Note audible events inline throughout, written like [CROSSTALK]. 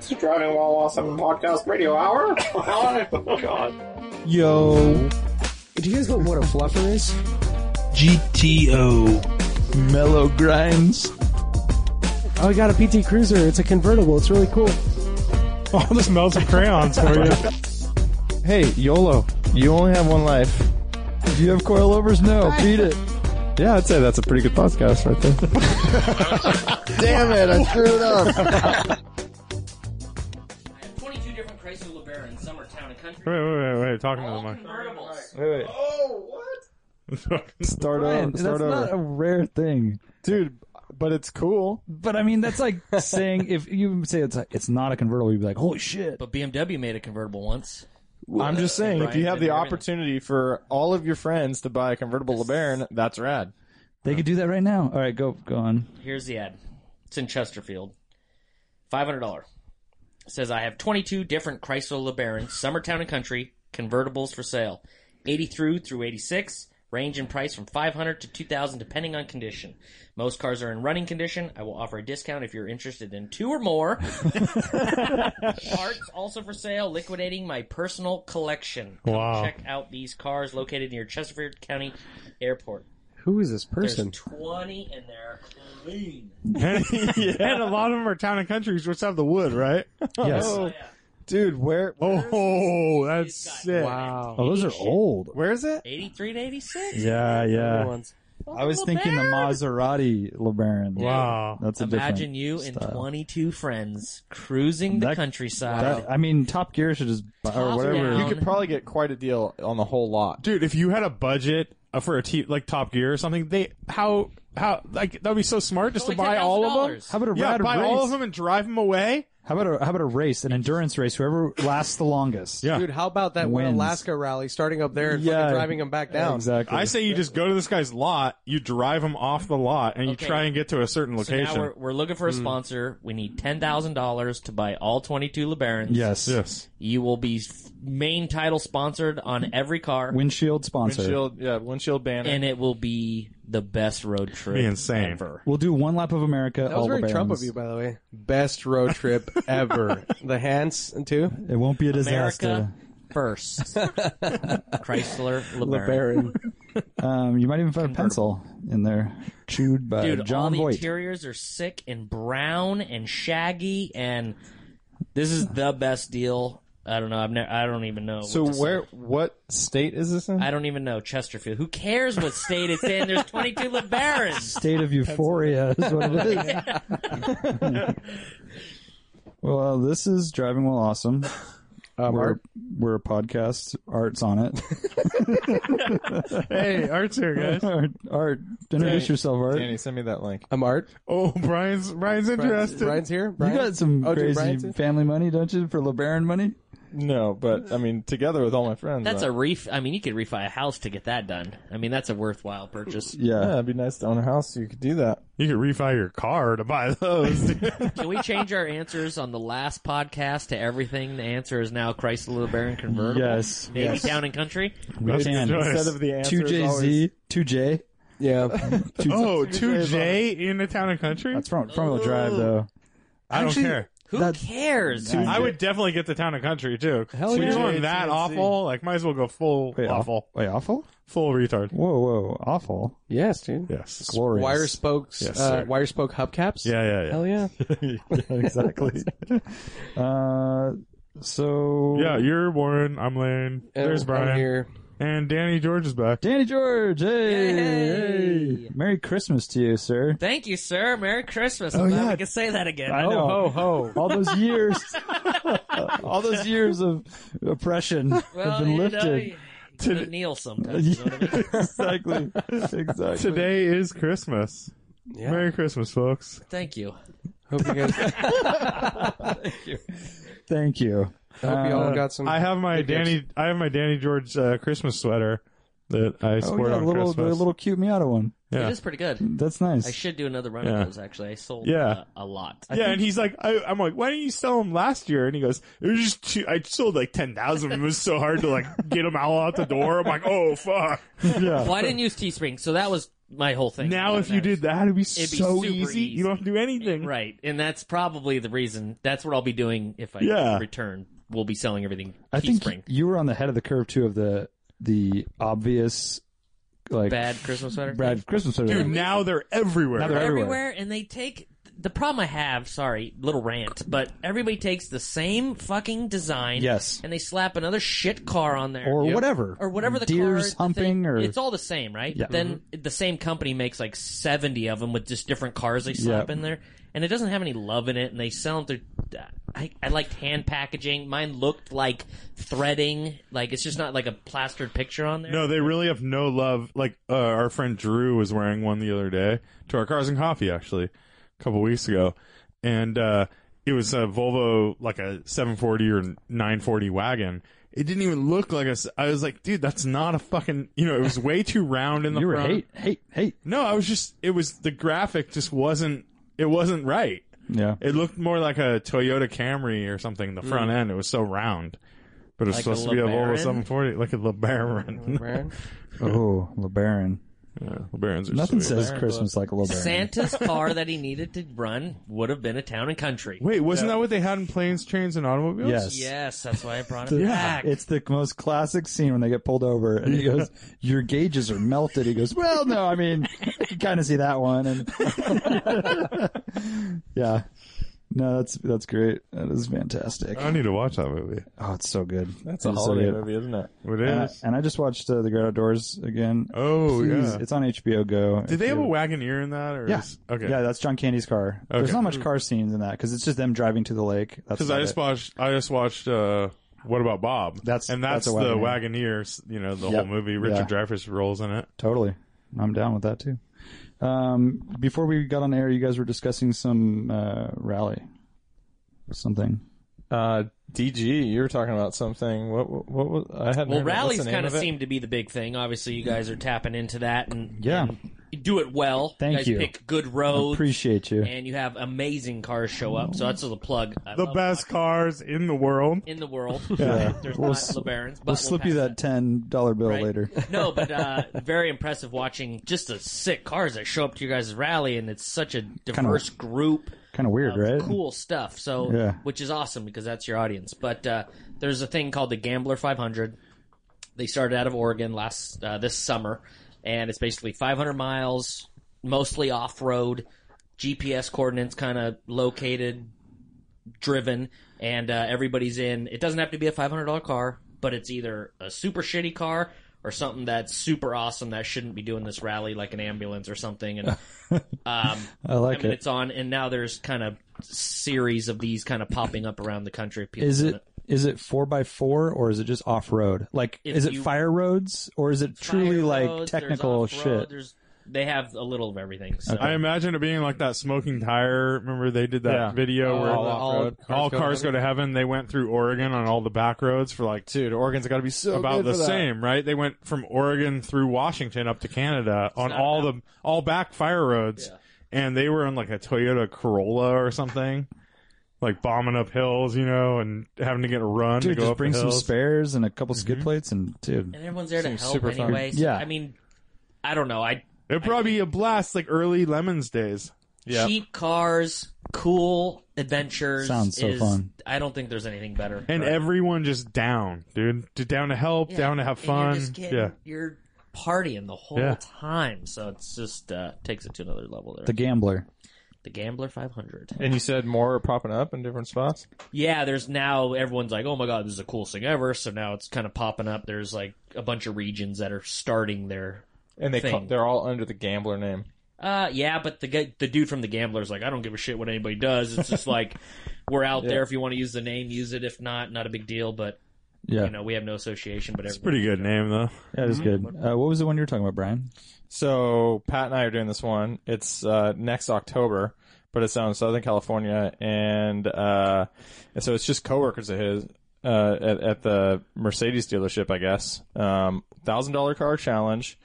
Striving While Awesome Podcast Radio Hour. [LAUGHS] oh God. Yo, Do you guys know what a fluffer is? GTO, mellow grinds. Oh, I got a PT Cruiser. It's a convertible. It's really cool. All this melted crayons for you. Hey, YOLO, you only have one life. Do you have coilovers? No, beat it. Yeah, I'd say that's a pretty good podcast right there. Damn it, I screwed up. I have 22 different Chrysler LeBarons. Some are town and country. Wait, wait, wait, wait. Talking to All the mic. convertibles. Wait, wait. Oh, what? [LAUGHS] Start Man, over. that's Start not over. a rare thing. Dude, but it's cool. But I mean, that's like saying if you say it's like, it's not a convertible, you'd be like, holy shit. But BMW made a convertible once. I'm just saying, if Brian you have did the very nice. opportunity for all of your friends to buy a convertible LeBaron, that's rad. They could do that right now. All right, go go on. Here's the ad. It's in Chesterfield. $500. It says, I have 22 different Chrysler LeBarons, summer town and country, convertibles for sale. 80 through through 86, range in price from 500 to 2000 depending on condition. Most cars are in running condition. I will offer a discount if you're interested in two or more. Parts also for sale, liquidating my personal collection. Come Wow. Check out these cars located near Chesterfield County Airport. Who is this There's person? 20 in there. Clean. And a lot of them are town and countries, which have the wood, right? Yes. Dude, where Oh, that's sick. Wow. Oh, those are old. where is it? 83 to 86? Yeah, yeah. Ones. I was thinking the Maserati LeBaron. Wow. That's a Imagine different you and style. 22 friends cruising the That- countryside. That, I mean, Top Gear should just buy, or Top whatever. Gear. You could probably get quite a deal on the whole lot. Dude, if you had a budget uh, for a t- like Top Gear or something, they how how like that would be so smart just to Only buy all of them. $10,000. How about a Yeah, rad buy race? all of them and drive them away. How about a how about a race, an endurance race? Whoever lasts the longest. Yeah. Dude, how about that one Wins. Alaska rally starting up there and Yeah. fucking driving them back down? exactly. I say you just go to this guy's lot, you drive him off the lot, and you Okay. try and get to a certain so now location. we're, we're looking for a Hmm. sponsor. We need $10,000 to buy all 22 LeBarons. yes. yes. You will be f- main title sponsored on every car, Windshield sponsor. Windshield, yeah, windshield banner. and it will be the best road trip Be insane. ever. We'll do one lap of America. That was all very LeBarons. Trump of you, by the way. Best road trip ever. the hands too. It won't be a disaster. America [LAUGHS] first. Chrysler LeBaron. LeBaron. Um, you might even find a pencil in there, chewed by Dude, all Uh, John the Voight. interiors are sick and brown and shaggy, and this is the best deal. I don't know. I've never. I don't even know. so what to say. where what state is this in? I don't even know Chesterfield. Who cares what state it's in? There's [LAUGHS] 22 LeBarons. State of euphoria is what it is. [LAUGHS] well, this is driving well awesome. Um, we're, we're a podcast. Art's on it. Hey, Art's here, guys. [LAUGHS] Art, Art, introduce yourself, Art. Danny, send me that link. I'm Um, Art. [LAUGHS] oh, Brian's Brian's interested. Brian's here. You Brian? got some Oh, dude, crazy [LAUGHS] Brian's here? family money, don't you, for LeBaron money? No, but I mean, together with all my friends. That's uh, a reef. I mean, you could refi a house to get that done. I mean, that's a worthwhile purchase. yeah. Yeah. It'd be nice to own a house. You could do that. You could refi your car to buy those. dude. Can we change our answers on the last podcast to everything? The answer is now Chrysler LeBaron convertible. Yes. Maybe town and country. We can. Nice. Instead of the answer, Two J Z, two J. Yeah. oh, 2J in the town and country? That's front front wheel drive though. I don't care. Who That's- cares? I would definitely get the town and country too. Hell Since yeah. you're It's that CNC. awful, like might as well go full Wait, awful. awful, Wait, awful? full retard. Whoa, whoa, awful. yes, dude. Yes. Glorious. Wire spokes. Yes, uh, sir. wire spoke hubcaps. Yeah, yeah, yeah. Hell yeah. exactly. [LAUGHS] uh, so Yeah, you're Warren. I'm Lane. And There's I'm Brian. here. And Danny George is back. Danny George, hey, Yay. hey. Merry Christmas to you, sir. Thank you, sir. Merry Christmas. I'm Oh, glad yeah. we can say that again. I know. Ho, ho, Oh. All those years, [LAUGHS] all those years of oppression Well, have been you know, lifted. you gotta kneel sometimes. [LAUGHS] You know what I mean? exactly. Exactly. Today is Christmas. Yeah. Merry Christmas, folks. Thank you. Hope you guys hope Thank you. Uh, you Oh, all got some Uh, I have my Danny. I have my Danny George uh, Christmas sweater that I Oh, sport yeah, on little, the Christmas. little cute Miata one. Yeah. It is pretty good. That's nice. I should do another run Yeah. of those. Actually, I sold Yeah. uh, a lot. yeah, and he's like, I, I'm like, why didn't you sell them last year? And he goes, it was just too, I sold like ten thousand. It was so hard to like get them all out the door. I'm like, oh fuck. yeah. [LAUGHS] Well, I didn't use Teespring, so that was my whole thing. [LAUGHS] Now, if you did that, it'd be It'd be so super easy. easy. You don't have to do anything. Right, and that's probably the reason. That's what I'll be doing if I Yeah. return. We'll be selling everything I think Teespring. you were on the head of the curve too of the the obvious like Bad Christmas sweater. Brad Christmas sweater. Dude, now they're everywhere. Now they're everywhere. everywhere. and they take the problem I have. Sorry, little rant, but everybody takes the same fucking design. Yes. and they slap another shit car on there, or whatever, or whatever the deer's car, the thing- humping, or it's all the same, right? Yeah. Mm-hmm. Then the same company makes like seventy of them with just different cars they slap Yeah. in there, and it doesn't have any love in it. And they sell them through. I, I liked hand packaging. Mine looked like threading. Like it's just not like a plastered picture on there. No, they really have no love. Like uh, our friend Drew was wearing one the other day to our cars and coffee, actually, a couple weeks ago, and uh, it was a Volvo, like a 740 or 940 wagon. It didn't even look like a. s- I was like, dude, that's not a fucking. You know, it was way too round in the you were front. hate, hate, hate. No, I was just. It was the graphic just wasn't. It wasn't right. Yeah, It looked more like a Toyota Camry or something. The front end, it was so round. But it's Like a supposed to be a Volvo LeBaron? 740, like a LeBaron. Man. Oh, LeBaron. Yeah, LeBarons are Nothing sweet. says Christmas like a LeBaron. [LAUGHS] Santa's car that he needed to run would have been a town and country. Wait, wasn't that what they had in planes, trains, and automobiles? Yes. Yes, that's why I brought it The- back. It's the most classic scene when they get pulled over and he goes, Your gauges are melted. He goes, Well, no, I mean, I can kind of see that one. And [LAUGHS] yeah. No, that's that's great. That is fantastic. I need to watch that movie. Oh, it's so good. That's It a is so holiday good. movie, isn't it? What And I, is? and I just watched uh, The Great Outdoors again. Oh, Please, yeah. It's on HBO Go. Did If they have you- a Wagoneer in that? Or Yeah. is- okay. Yeah, that's John Candy's car. There's Okay. not much car scenes in that because it's just them driving to the lake. That's Because about I just it. watched. I just watched. uh What about Bob? That's- and that's, that's a the Wagoneer. Wagoneers. You know, the Yep. whole movie. Richard Yeah. Dreyfuss rolls in it. Totally. I'm down with that too. Um, before we got on air, you guys were discussing some uh, rally, something. Uh, DG, you were talking about something. What? What, what was? I had. well, rallies kind of seem to be the big thing. Obviously, you guys are tapping into that and Yeah. and you do it well. Thank guys you. Pick good roads, Appreciate you. and you have amazing cars show up. So that's the plug. I The love best cars in the world. in the [LAUGHS] world. There's We'll not s- LeBarons, but We'll slip you pass that ten dollar bill Right. later. no, but uh, very impressive watching just the sick cars that show up to your guys' rally, and it's such a diverse group. Kind [LAUGHS] of weird, of right? cool stuff. So, Yeah. which is awesome because that's your audience. But uh, there's a thing called the Gambler 500. They started out of Oregon last uh, this summer, and it's basically 500 miles, mostly off road, GPS coordinates kind of located, driven, and uh, everybody's in. It doesn't have to be a $500 car, but it's either a super shitty car. Or something that's super awesome that shouldn't be doing this rally, like an ambulance or something. [LAUGHS] And um, I like I mean, it. it's on, and now there's kind of series of these kind of popping up around the country. of People Is doing it is it four by four or is it just off road? Like, If is it you- fire roads or is it truly Fire like roads, there's technical off-road, shit? There's, they have a little of everything. So. I imagine it being like that smoking tire. Remember they did that Yeah. video Oh, where all all, off-road. Cars all Go to cars go to heaven. They went through Oregon on all the back roads for like Dude, Oregon's got to be so about good the for that. same, right? They went from Oregon through Washington up to Canada on not all the all back fire roads, Yeah. and they were on like a Toyota Corolla or something, like bombing up hills, you know, and having to get a run Dude, to go just up bring the some hills. Mm-hmm. spares and a couple skid plates and dude, and everyone's there to Seems help super fun. anyway. So, Yeah. I mean, I don't know. I It'd probably be a blast, like early Lemons days. Yeah. cheap cars, cool adventures. Sounds so is- fun. I don't think there's anything better. And everyone just down, dude. Just down to help, Yeah. down to have And you're fun. just getting- yeah. you're partying the whole Yeah. time. So it's just uh, takes it to another level. There, the the, gambler. Gambler 500. And you said more are popping up in different spots. yeah, there's now everyone's like, oh my god, this is the coolest thing ever. So now it's kind of popping up. There's like a bunch of regions that are starting their. And they call, Thing. they're all under the gambler name. Uh, yeah, but the guy, the dude from the Gambler's like, I don't give a shit what anybody does. It's just like we're out there. If you want to use the name, use it. If not, not a big deal. But Yeah, you know, we have no association. But it's Pretty good name though. that is good. Uh, what was the one you were talking about, Brian? So Pat and I are doing this one. It's uh, next October, but it's out in Southern California, and uh, and so it's just coworkers of his uh, at, at the Mercedes dealership, I guess. Um, Thousand dollar car challenge,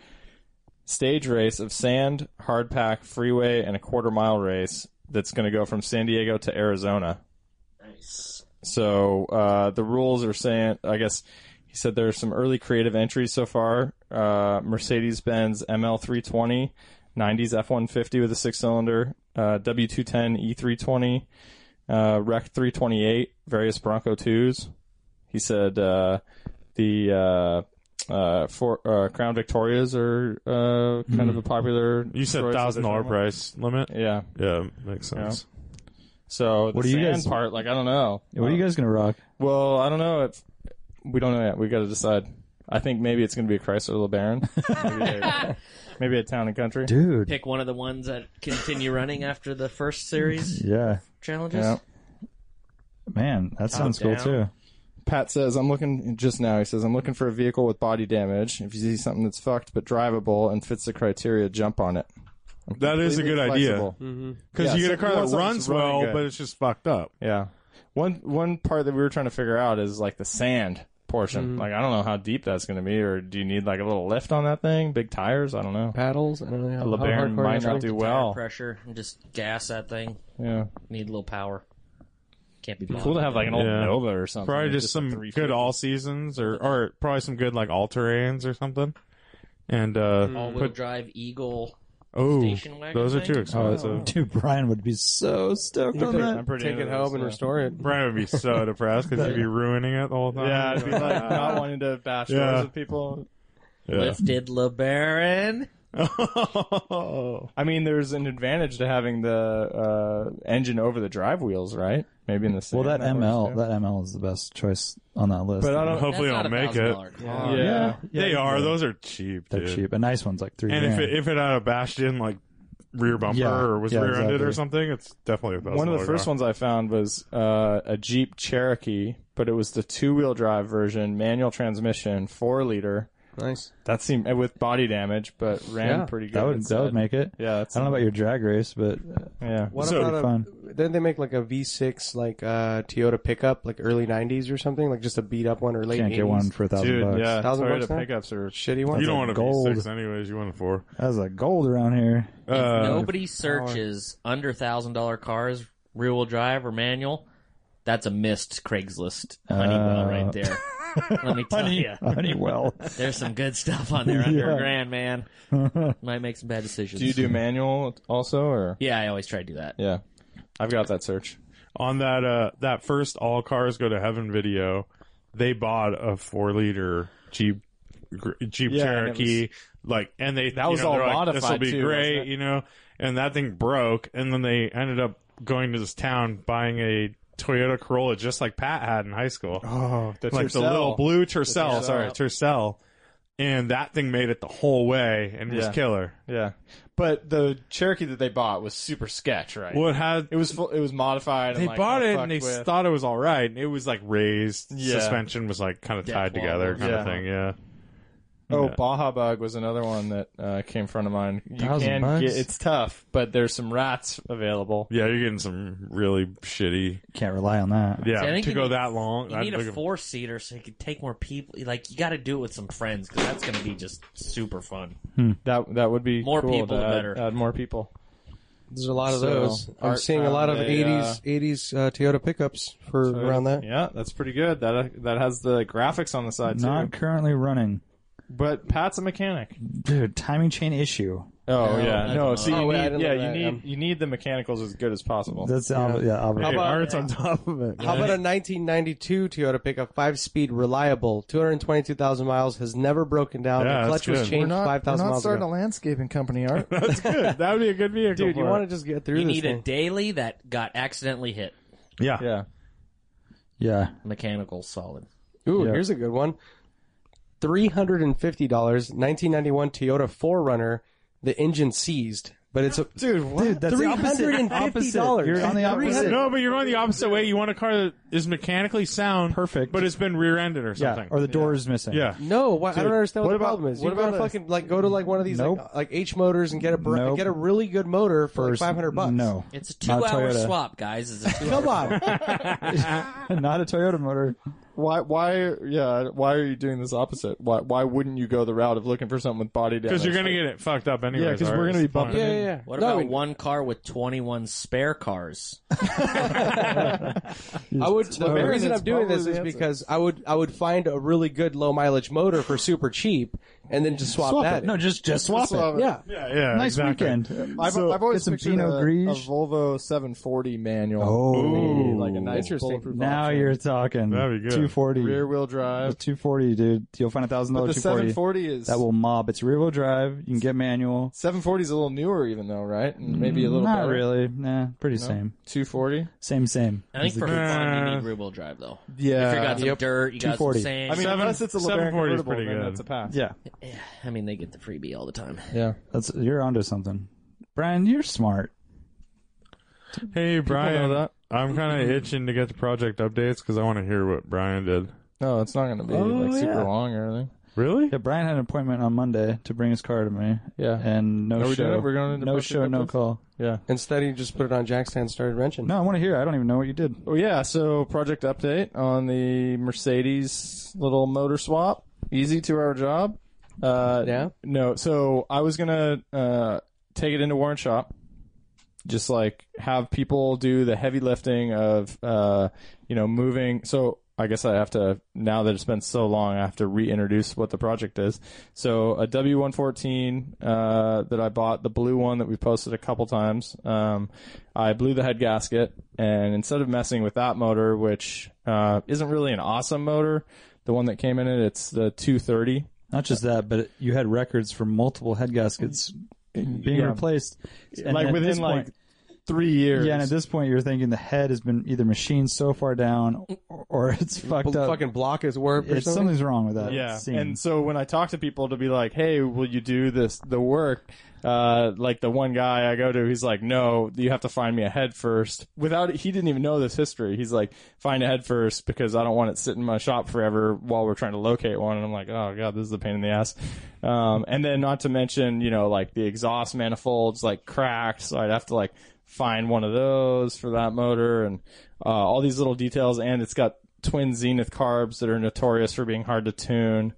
stage race of sand, hard pack, freeway, and a quarter mile race. That's going to go from San Diego to Arizona. nice. So uh, the rules are saying, I guess He said there are some early creative entries so far. Uh, Mercedes Benz ML320, 90s F150 with a six cylinder, uh, W210 E320, uh, Rec 328, various Bronco 2s. He said uh, the uh, uh, for, uh, Crown Victorias are uh, kind of a popular. Hmm. You said choice. thousand dollar price limit. Yeah. Yeah, makes sense. So the What do you sand guys- part, like, I don't know. What are you guys gonna rock? Well, I don't know if we don't know yet. We got to decide. I think maybe it's going to be a Chrysler [LAUGHS] LeBaron. maybe, a, maybe a town and country. Dude. Pick one of the ones that continue running after the first [LAUGHS] series Yeah. challenges. Yeah. Man, that sounds cool down. too. Pat says, "I'm looking just now." He says, "I'm looking for a vehicle with body damage. If you see something that's fucked but drivable and fits the criteria, jump on it." I'm That is a completely good flexible. idea. Hmm. Because Yeah, you get so a car one that something's runs running well, good. but it's just fucked up. Yeah. One one part that we were trying to figure out is like the sand Hmm. portion. Like I don't know how deep that's going to be, or do you need like a little lift on that thing? Big tires? I don't know. Paddles. I don't know. A how- how LeBaron hardcore might you have not to do Tire well. pressure and just gas that thing. Yeah. Need a little power. Can't be Cool to have like an old Yeah. Nova or something. Probably just, a some three- good all seasons, or or probably some good like all terrains or something. And uh, all-wheel drive Eagle. oh, station wagon those are thing? too Oh, [LAUGHS] expensive. dude, Brian would be so stoked on I'm that. pretty Take into it those, home and yeah. restore it. Brian would be so depressed because he'd be ruining it the whole time. Yeah, I'd be like not wanting to bash Yeah. doors with people. Yeah. Lifted LeBaron. I mean, there's an advantage to having the uh, engine over the drive wheels, right? Maybe in the same. Well, that works, ML, too. that ML is the best choice on that list. but I [LAUGHS] don't. Hopefully, That's I'll not a make it. $1,000 car. Oh, Yeah. yeah, They are. Those are cheap. they're dude. cheap. A nice one's like three. And if grand. it if it had a bashed in like rear bumper Yeah, or was yeah, rear-ended exactly. or something, it's definitely a thousand. One of the first ones I found was uh, a Jeep Cherokee, but it was the two-wheel drive version, manual transmission, four-liter. Nice. That seemed and uh, with body damage, but ran Yeah. pretty good. that would it that would said. make it. Yeah, that's, I don't know about your drag race, but uh, yeah. What So- about a, Fun. Then they make like a V6 like uh, Toyota pickup, like early '90s or something, like just a beat up one or late. can't 80s. get one for a thousand Dude, bucks. yeah, Thousand bucks now? Toyota pickups are Shitty one. You don't want a gold. V6 anyways. You want a four. That's like gold around here. Uh, Nobody searches under thousand dollar cars, rear wheel drive or manual. That's a missed Craigslist Honeywell Uh. right there. Let me tell you, Honeywell. there's some good stuff on there under a grand, man. Might make some bad decisions. Do you do manual also, or Yeah, I always try to do that. yeah? I've got that search. on that uh that first all cars go to heaven video, they bought a four liter Jeep gr- Jeep Yeah, and it Cherokee. like and they that was all This will modified be too, great, wasn't it? you know. And that thing broke, and then they ended up going to this town buying a Toyota Corolla, just like Pat had in high school. Oh, the like the little blue Tercel, Tercel. sorry, Tercel. And that thing made it the whole way and was Yeah. killer. Yeah, but the Cherokee that they bought was super sketch, right? Well, it had It was full, it was modified. they and, like, bought kinda it and they fucked with. thought it was all right. And it was like raised. Yeah. Suspension was like kind of Yeah, tied claw together, was- kind Yeah. of thing. Yeah. Oh, Yeah. Baja Bug was another one that uh, came in front of mine. You Thousand can bucks? get it's tough, but there's some rats available. Yeah, you're getting some really shitty. Can't rely on that. Yeah, See, I think to you go need- that long. You I'd need look a at- four seater so you can take more people. Like you got to do it with some friends because that's going to be just super fun. That that would be More cool people, to the add- better. Add more people. There's a lot of So, those. I'm Art seeing a lot of found a, uh, '80s '80s uh, Toyota pickups for around that. Yeah, that's pretty good. That uh, that has the graphics on the side Not too. currently running, But Pat's a mechanic. dude. Timing chain issue. Oh yeah, that's no. not- So you Oh, wait, need I didn't yeah know you that, need um, you need the mechanicals as good as possible. That's yeah. yeah obvious. Hey, about- Art's on top of [LAUGHS] it. How about a 1992 Toyota pickup, five-speed, reliable, 222,000 miles, has never broken down. Yeah, the that's clutch was good. changed 5,000 miles ago. landscaping company, Art. That's [LAUGHS] good. That would be a good vehicle. Dude, you for want it. to just get through You this need a thing. daily that got accidentally hit. Yeah. yeah. yeah, Mechanical solid. Ooh, Yeah. here's a good one. Three hundred and fifty dollars, nineteen ninety one Toyota 4Runner. The engine seized, but it's a dude, what? dude, that's three the opposite. hundred and fifty dollars. You're on the opposite. No, but you're going the opposite way. You want a car that is mechanically sound, Perfect. but it's been rear-ended or Yeah, something. or the door is missing. yeah. No, why, I don't understand what, what the about- problem is. what You about gotta a- fucking like go to like one of these Nope. like, like H motors and get a br- Nope. get a really good motor for like First- five hundred bucks. No, It's a Not two-hour Toyota. swap, guys. It's a two come on. [LAUGHS] not a Toyota motor. Why? Why? Yeah. Why are you doing this opposite? Why? Why wouldn't you go the route of looking for something with body damage? Because you're going to get it fucked up anyway. Yeah, because we're going to be bumping. yeah, in- yeah, yeah. What No, I about mean, one car with 21 spare cars? I would. The main reason I'm doing probably this is the answer. because I would I would find a really good low mileage motor for super cheap, and then just swap, that. No, just just swap it. Swap it. yeah. Yeah, yeah. Nice exactly. weekend. I've, So, I've always get some pictured Pinot a, a Grigio. Volvo 740 manual. Oh. like a nice Interesting. bulletproof Now option. you're talking. That'd be good. Two forty. rear wheel drive. Two forty, dude. You'll find a thousand But dollar the two forty. 740 is That will mob. It's rear wheel drive. You can get manual. 740 is a little newer, even though, right? And maybe a Mm, little Not better. really. Nah, pretty same. 240. Same, same. I think for fun, you need rear wheel drive though. If you got some dirt, you got some 240. sand. I mean, Seven- unless it's a LeBaron 740 is convertible, pretty then good. that's a pass. Yeah, I mean, they get the freebie all the time. yeah. that's you're onto something. Brian, you're smart. Hey, Brian. that. [LAUGHS] I'm kind of itching to get the project updates because I want to hear what Brian did. No, it's not going to be Oh, like super yeah. long or anything. Really? Yeah, Brian had an appointment on Monday to bring his car to me. Yeah. and no Are we show. doing it? We're going into no Project show, no Uploads? call. Yeah. Instead, you just put it on jack stand, and started wrenching. No, I want to hear. it. I don't even know what you did. Oh yeah. So project update on the Mercedes little motor swap. Easy two hour job. Uh, Yeah? No. So I was gonna uh, take it into Warren shop. Just like have people do the heavy lifting of uh, you know moving. So I guess I have to now that it's been so long. I have to reintroduce what the project is. So a W one fourteen uh, that I bought, the blue one that we posted a couple times. Um, I blew the head gasket, and instead of messing with that motor, which uh, isn't really an awesome motor, the one that came in it, it's the 230. Not just that, but you had records for multiple head gaskets being Yeah. replaced. And like at within this like point- three years. yeah, and at this point you're thinking the head has been either machined so far down or, or it's fucked Bl- up. fucking block is warped or It's- something. something's wrong with that. yeah. scene. And so when I talk to people to be like, "Hey, will you do this the work?" Uh, like the one guy I go to, he's like, "No, you have to find me a head first. Without he didn't even know this history. He's like, "Find a head first because I don't want it sitting in my shop forever while we're trying to locate one." And I'm like, "Oh god, this is a pain in the ass." Um, and then not to mention, you know, like the exhaust manifolds like cracked, so I'd have to like find one of those for that motor and uh, all these little details. And it's got twin Zenith carbs that are notorious for being hard to tune.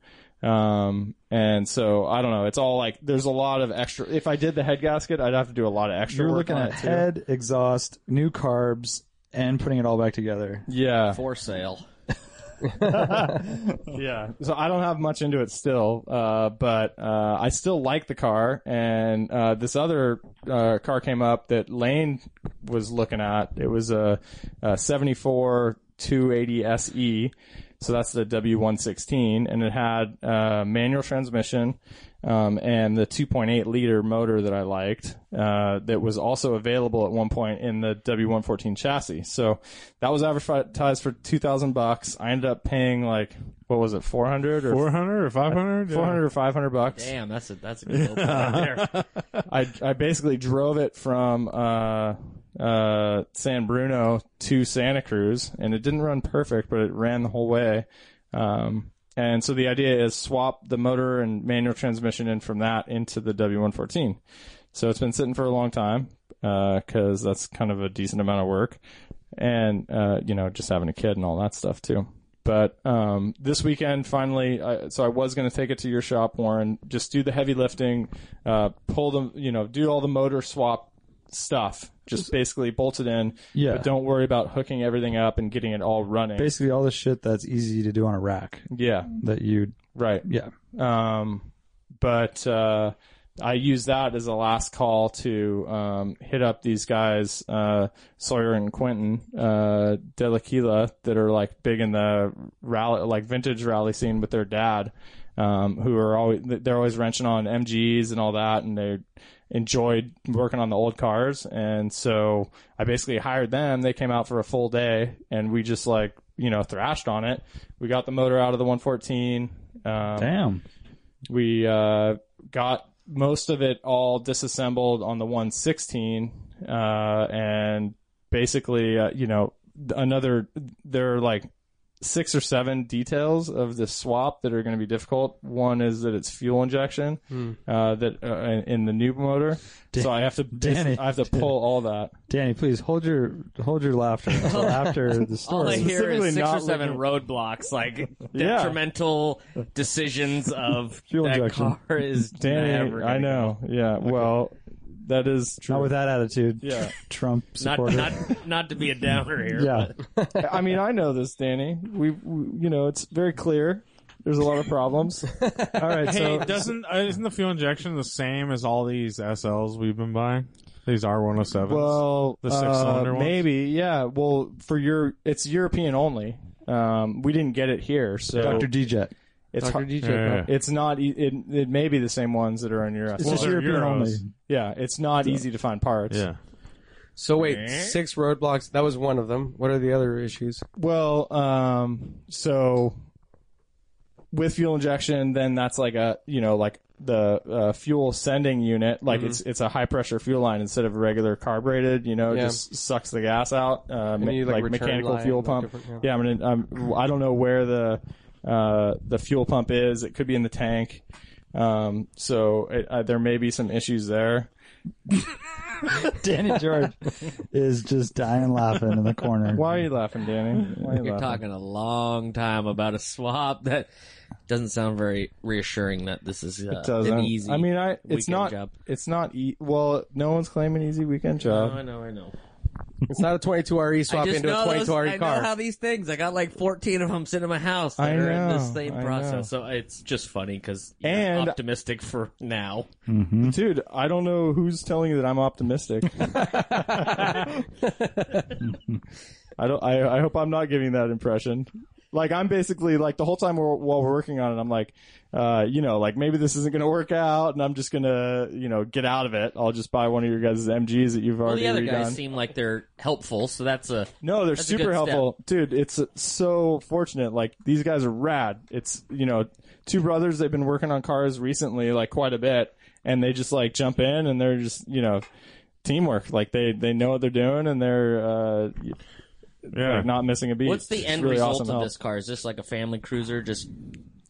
Um, and so I don't know. It's all like there's a lot of extra. If I did the head gasket, I'd have to do a lot of extra. you're work looking on at it, too. head, exhaust, new carbs, and putting it all back together. Yeah, [LAUGHS] For sale. yeah. So I don't have much into it still, uh, but uh, I still like the car. And uh, this other uh, car came up that Lane was looking at. It was a, a 74 280 SE. E. So that's the W116, and it had uh, manual transmission um, and the 2.8 liter motor that I liked uh, that was also available at one point in the W114 chassis. So that was advertised for 2,000 bucks. I ended up paying like what was it, 400 or 400 or 500? 400 or 500 bucks. Damn, that's a that's a good old right there. I I basically drove it from uh uh San Bruno to Santa Cruz and it didn't run perfect but it ran the whole way. Um and so the idea is swap the motor and manual transmission in from that into the W114. So it's been sitting for a long time because that's kind of a decent amount of work, and uh, you know just having a kid and all that stuff too. But um, this weekend, finally, I, so I was going to take it to your shop, Warren. Just do the heavy lifting, uh, pull them, you know, do all the motor swap stuff. Just basically bolt it in. Yeah. But don't worry about hooking everything up and getting it all running. Basically, all the shit that's easy to do on a rack yeah. that you, Right. yeah, Um, but uh, I use that as a last call to um, hit up these guys, uh, Sawyer and Quentin uh, De La Quila, that are like big in the rally, like vintage rally scene with their dad, um, who are always they're always wrenching on MGs and all that, and they enjoyed working on the old cars, and so I basically hired them. They came out for a full day, and we just like you know thrashed on it. We got the motor out of the 114. Um, damn. we uh, got most of it all disassembled on the 116 uh, and basically uh, you know th- another there are like six or seven details of this swap that are going to be difficult one is that it's fuel injection Hmm. uh, that uh, in- in the new motor so i have to bas- Danny. i have to pull all that Danny, please hold your hold your [LAUGHS] laughter until after the All I story. hear Specifically is six or not seven roadblocks, like Yeah. detrimental decisions of Fuel that injection. car is Danny, never gonna I know. Yeah. Well, that is true. Not with that attitude. Yeah. Trump Not, supporter. not, not to be a downer here. yeah. but- I mean, I know this, Danny. We, we, you know, it's very clear. There's a lot of problems. All right. Hey, So doesn't uh, isn't the fuel injection the same as all these SLs we've been buying? These R107s. well, The six-cylinder uh, ones? maybe, yeah. Well, for your, it's European only. Um, we didn't get it here, so Dr. DJ. it's hard- DJ, Yeah. bro. It's not. e- It it may be the same ones that are in your. It's Well, just they're European Euros. only. yeah, it's not easy to find parts. yeah. So wait, six roadblocks. That was one of them. What are the other issues? Well, um, so with fuel injection, then that's like a you know like the uh, fuel sending unit, like Mm-hmm. it's it's a high pressure fuel line instead of regular carbureted. You know, it Yeah. just sucks the gas out. Uh, me- you, like, like, return mechanical line, fuel like pump. different- yeah, I mean, I'm, I don't know where the uh, the fuel pump is. It could be in the tank. Um, so it, uh, there may be some issues there. [LAUGHS] Danny George is just dying laughing in the corner. Why are you laughing, Danny? Why are you You're laughing? talking a long time about a swap [LAUGHS] that doesn't sound very reassuring that this is uh, It an doesn't. easy. I mean, I it's weekend not. job. It's not. E- well, no one's claiming easy weekend Oh, job. I know, I know. It's not a 22 RE swap I just into know a 22 those- RE I car. know how these things. I got like 14 of them sitting in my house that I are in know, this same I know. process. So it's just funny because And- optimistic for now. Dude, I don't know who's telling you that I'm optimistic. [LAUGHS] I don't. I, I hope I'm not giving that impression. Like I'm basically like the whole time we're, while we're working on it, I'm like, uh, you know, like maybe this isn't going to work out, and I'm just gonna, you know, get out of it. I'll just buy one of your guys' MGs that you've Well, already the other redone. guys seem like they're helpful, so that's a No, they're That's a super good step. helpful, dude. It's so fortunate. Like these guys are rad. It's you know, two brothers. They've been working on cars recently, like quite a bit, and they just like jump in and they're just you know, teamwork. Like they they know what they're doing and they're uh, Yeah. like, not missing a beat. What's the It's end really result awesome of help. this car? Is this like a family cruiser? Just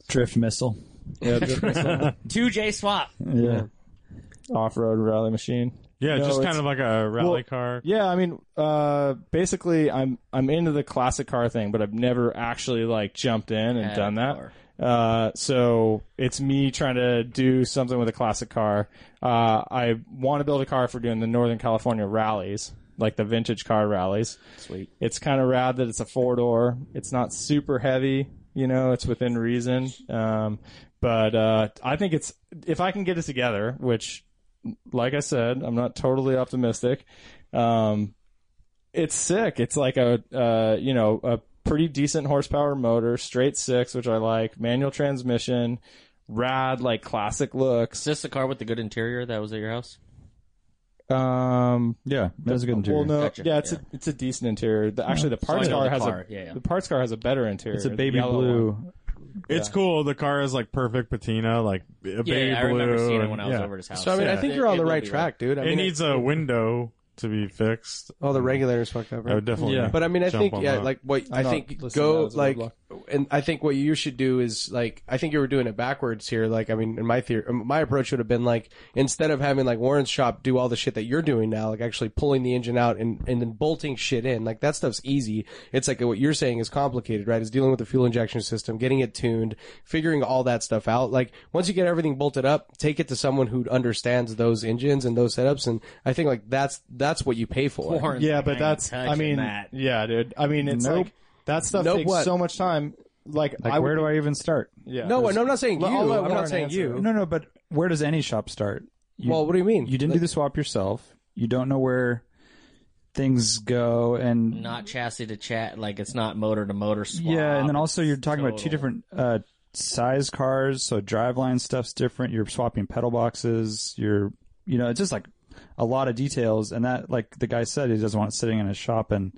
Drift missile. two J swap. Yeah. off-road rally machine? Yeah, No, just kind it's- of like a rally well, car. Yeah, I mean, uh, basically, I'm I'm into the classic car thing, but I've never actually like jumped in and Had done a that. car. Uh, so it's me trying to do something with a classic car. Uh, I want to build a car for doing the Northern California rallies, like the vintage car rallies. Sweet. It's kind of rad that it's a four door. It's not super heavy, you know. It's within reason. Um, but uh, I think it's if I can get it together, which, like I said, I'm not totally optimistic. Um, it's sick. It's like a uh, you know a pretty decent horsepower motor, straight six, which I like, manual transmission, rad like classic Is looks. this the car with the good interior that was at your house? Um, Yeah. That's a good interior. well, no, Gotcha. yeah, it's Yeah. a it's a decent interior. The, actually, the parts I know car the has car. a Yeah, yeah. the parts car has a better interior. It's a the baby yellow blue. one. It's cool. The car is like perfect patina, like a Yeah, baby yeah, I remember blue seeing it and- when I was yeah. over at his house. So I mean, I Yeah. think you're on It- the it will right be track, dude. I it mean, needs a window to be fixed. all the regulators fucked up. I Right? would definitely. Yeah. But I mean, I jump think on yeah, that. like what I not think listening to that go as a like, roadblock. and I think what you should do is like, I think you were doing it backwards here. Like, I mean, in my theory, um, my approach would have been like, instead of having like Warren's shop do all the shit that you're doing now, like actually pulling the engine out and and then bolting shit in, like that stuff's easy. It's like what you're saying is complicated, right? Is dealing with the fuel injection system, getting it tuned, figuring all that stuff out. Like once you get everything bolted up, take it to someone who understands those engines and those setups, and I think like that's that's what you pay [LAUGHS] for. Warren's Yeah, like, but ain't that's touching I mean, that. yeah, dude. I mean, it's Nope. like that stuff Nope takes what? so much time. Like, Like, I where do I even start? Yeah, No, and I'm not saying you. Let- I'll let I'm Warren not saying answer you. No, no, but where does any shop start? You, Well, what do you mean? you didn't do the swap yourself. You don't know where things go, and not chassis to chat, like it's not motor to motor swap. yeah, and then also you're It's talking about two total- different uh, size cars, so driveline stuff's different. You're swapping pedal boxes. You're, you know, it's just like a lot of details, and that, like the guy said, he doesn't want it sitting in his shop and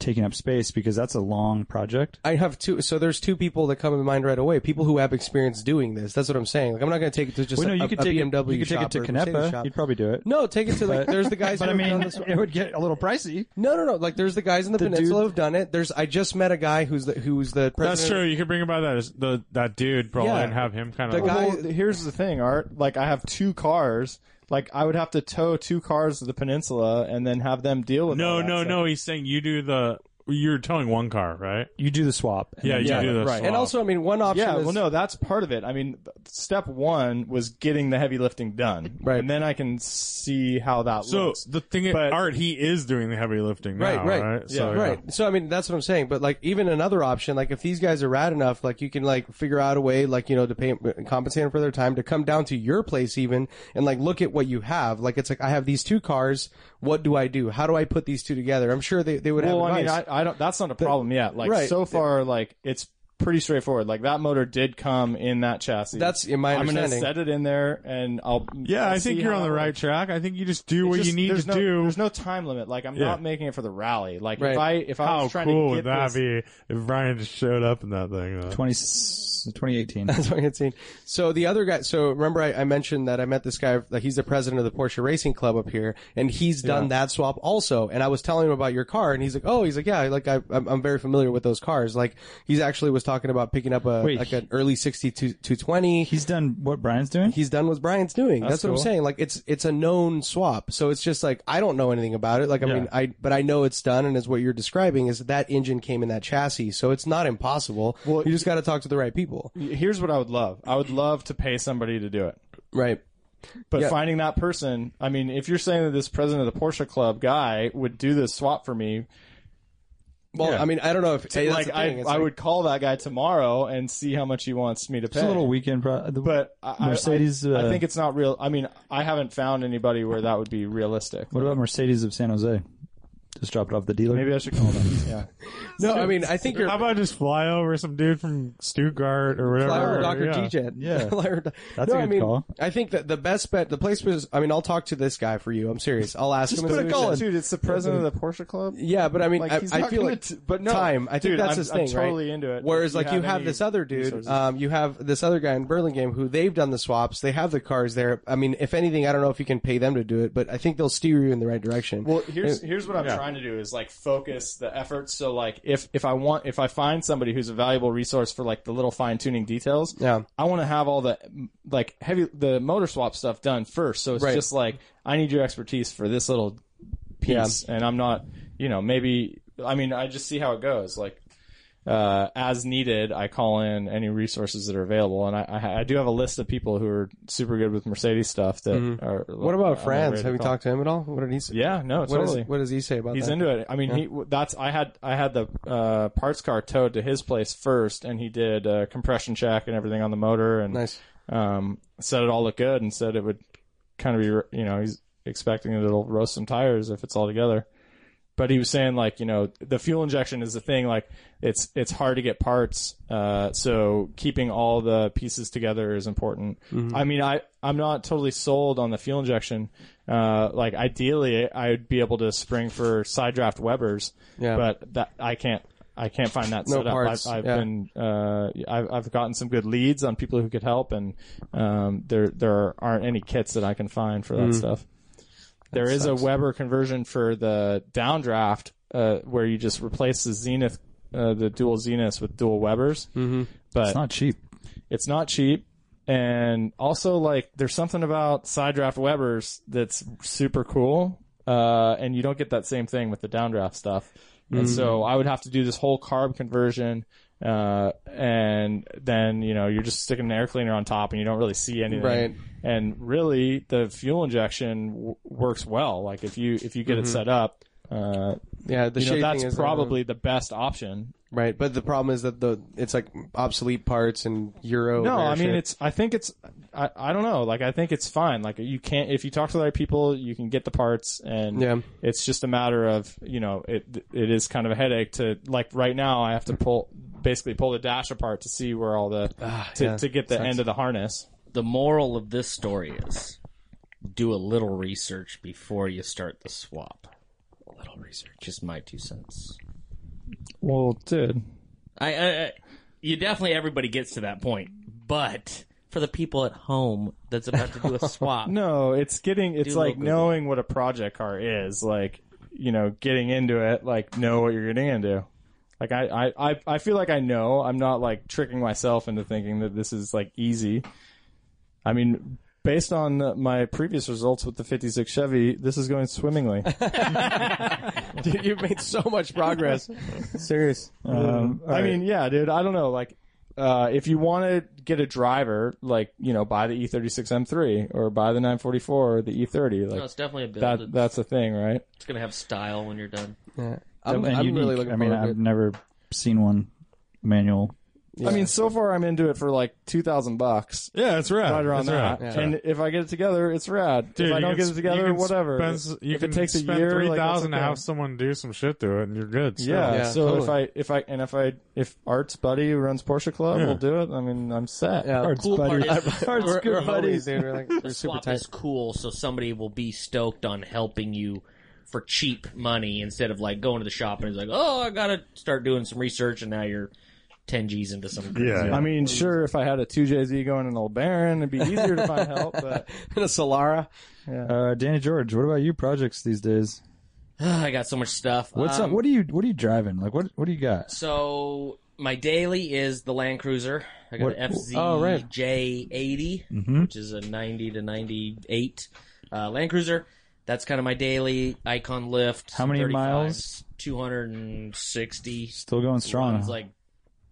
taking up space because that's a long project. I have two. So there's two people that come in mind right away. People who have experience doing this. That's what I'm saying. Like I'm not going to take it to just Well, no, a, you could a take BMW it. You could take shop it to or a Mercedes Canepa. shop. You'd probably do it. No, take it to like there's the guys. but I who have mean, done this- [LAUGHS] it would get a little pricey. no, no, no. Like there's the guys in the, peninsula dude- who've done it. There's I just met a guy who's the who's the president. That's true. You could bring about that the that dude probably Yeah. and have him kind The of. guy- Well, here's the thing, Art. Like, I have two cars. Like, I would have to tow two cars to the peninsula and then have them deal with. all no, that no, stuff. no. He's saying you do the you're towing one car, right? You do the swap. and Yeah, then you drive do it. the right. swap. And also, I mean, one option Yeah, is well, no, that's part of it. I mean, th- step one was getting the heavy lifting done, Right. And then I can see how that So looks. the thing, is, But- Art, he is doing the heavy lifting Right, now, right. So, Right. So I mean, that's what I'm saying. But like, even another option, like if these guys are rad enough, like you can like figure out a way, like you know, to pay compensate them for their time to come down to your place even and like look at what you have. Like it's like I have these two cars. What do I do? How do I put these two together? I'm sure they they would well, have I mean, advice. I, I don't. That's not a problem yet. Like right. so far, like it's pretty straightforward. Like that motor did come in that chassis. That's in my I'm gonna understanding. set it in there, and I'll. Yeah, I'll I think see you're how on the that right looks. track. I think you just do what It's you just- need there's to no, do. There's no time limit. Like I'm Yeah. not making it for the rally. Like Right. if I if I How was trying cool to get would that this, be if Brian just showed up in that thing? though? 20, [LAUGHS] 2018. That's what I had seen. So the other guy. So remember, I, I mentioned that I met this guy. Like he's the president of the Porsche Racing Club up here, and he's done that swap also. And I was telling him about your car, and he's like, "Oh, he's like, yeah, like I, I'm, I'm very familiar with those cars. Like he's actually was talking about picking up a Wait, like an early 60 to 220. He's done what Brian's doing. He's done what Brian's doing. That's, what I'm cool. saying. Like it's it's a known swap. So it's just like I don't know anything about it. Like I mean, I but I know it's done, and is what you're describing is that engine came in that chassis. So it's not impossible. Well, you just got to talk to the right people, Here's what I would love. I would love to pay somebody to do it. right? But Yeah. finding that person, I mean, if you're saying that this president of the Porsche Club guy would do this swap for me, Well, I mean, I don't know if hey, that's like the thing. I, It's I like- would call that guy tomorrow and see how much he wants me to pay. It's a little weekend, pro- the- but I- I, Mercedes, I, I uh, think it's not real. I mean, I haven't found anybody where that would be realistic. What about Mercedes of San Jose? Just dropped off the dealer. Maybe I should call them. yeah. no. I mean, I think you're How about just fly over some dude from Stuttgart or whatever? flyer Doctor Yeah. G-Jet. [LAUGHS] Yeah. Flyer doc- That's no, a good I mean, call. I think that the best bet, the place was. I mean, I'll talk to this guy for you. I'm serious. I'll ask him. and see what he says. dude. It's the president of the Porsche Club. Yeah, but I mean, Like, I, he's I not feel gonna like t- but no, time. I think dude, that's I'm- his I'm thing, right? totally into it. Whereas, If you like, you have have any this other dude. resources. Um, you have this other guy in Burlingame who they've done the swaps. They have the cars there. I mean, if anything, I don't know if you can pay them to do it, but I think they'll steer you in the right direction. Well, here's here's what I'm trying to do is like focus the efforts. So like if if I want if I find somebody who's a valuable resource for like the little fine tuning details, Yeah. I want to have all the mm, like heavy the motor swap stuff done first. So it's Right. just like I need your expertise for this little piece, and I'm not you know maybe I mean I just see how it goes like. Uh, as needed, I call in any resources that are available, and I, I, I do have a list of people who are super good with Mercedes stuff. That are Mm-hmm. what I'm about not France? ready to Have you call. talked to him at all? What did he say? Yeah, no, What, is- totally. what does he say about He's that? into it. I mean, he that's I had I had the uh, parts car towed to his place first, and he did a compression check and everything on the motor, and Nice. um, said it all looked good, and said it would kind of be you know he's expecting that it'll roast some tires if it's all together. But he was saying like you know the fuel injection is the thing like it's it's hard to get parts uh, so keeping all the pieces together is important. I mean I I'm not totally sold on the fuel injection. Uh, like ideally I'd be able to spring for side draft Webers, Yeah. but that I can't I can't find that No set up. parts, I've, I've yeah. been uh, I've I've gotten some good leads on people who could help, and um, there there aren't any kits that I can find for that Mm. stuff. There is a Weber conversion for the downdraft uh, where you just replace the Zenith, uh, the dual Zeniths with dual Webers, mm-hmm. but It's not cheap. it's not cheap. And also, like, there's something about side draft Webers that's super cool. Uh, and you don't get that same thing with the downdraft stuff. And so Mm. I would have to do this whole carb conversion. Uh, and then, you know, you're just sticking an air cleaner on top and you don't really see anything. Right. And really, the fuel injection w- works well. Like, if you, if you get it set up, uh, Yeah, Mm-hmm. the you know, shade that's thing is uh, probably the best option right, but the problem is that the it's like obsolete parts and Euro. No, rare I mean shit. it's. I think it's. I, I don't know. Like I think it's fine. Like you can't if you talk to the right people, you can get the parts, and Yeah. it's just a matter of you know it. It is kind of a headache to like right now. I have to pull basically pull the dash apart to see where all the to, Ah, yeah. to get the end of the harness. The moral of this story is do a little research before you start the swap. A little research. Just my two cents. Well, dude, I, I, I you definitely everybody gets to that point, but for the people at home that's about to do a swap, no, it's getting. It's Do a like little Google. knowing what a project car is. Like you know, getting into it. Like know what you're getting into. Like I, I, I, I feel like I know. I'm not like tricking myself into thinking that this is like easy. I mean, based on uh, my previous results with the 56 Chevy, this is going [LAUGHS] swimmingly. Dude, you've made so much progress. Serious. Um, all I right. mean, yeah, dude. I don't know. Like, uh, if you want to get a driver, like you know, buy the E E36 M3 or buy the 944 or the E30. Like No, it's definitely a build. that, It's- that's a thing, right? it's gonna have style when you're done. I'm, and I'm unique. really looking I mean, forward to I've it. never seen one manual. I mean, so far I'm into it for like two thousand bucks. Yeah, it's rad. Right around it's that, Rad. and if I get it together, it's rad. Dude, if I you don't can get it sp- together, you can whatever. Spend, you if can it takes a spend year, three like, that's thousand to okay. have someone do some shit to it, and you're good. still. Yeah, Yeah, so totally. if I if I and if I if Art's buddy who runs Porsche Club Yeah. will do it, I mean I'm set. Yeah. Art's cool part buddy. [LAUGHS] is- Art's we're, good we're buddy. homies, dude. We're like, we're The super swap tight. is cool, so somebody will be stoked on helping you for cheap money instead of like going to the shop and it's like, oh, I gotta start doing some research, and now you're ten G's into some. crazy- Yeah. I mean, sure, if I had a two JZ going in Old Baron, it'd be easier to find help. But [LAUGHS] In a Solara. Uh, Danny George, what about you? Projects these days? [SIGHS] I got so much stuff. What's Um, up? What are you? What are you driving? Like, what? What do you got? So my daily is the Land Cruiser. I got What- oh, an FZJ oh, right. 80, Mm-hmm. which is a 90 to 98 uh, Land Cruiser. That's kind of my daily icon lift. How many 35s, miles? 260. Still going strong. It's like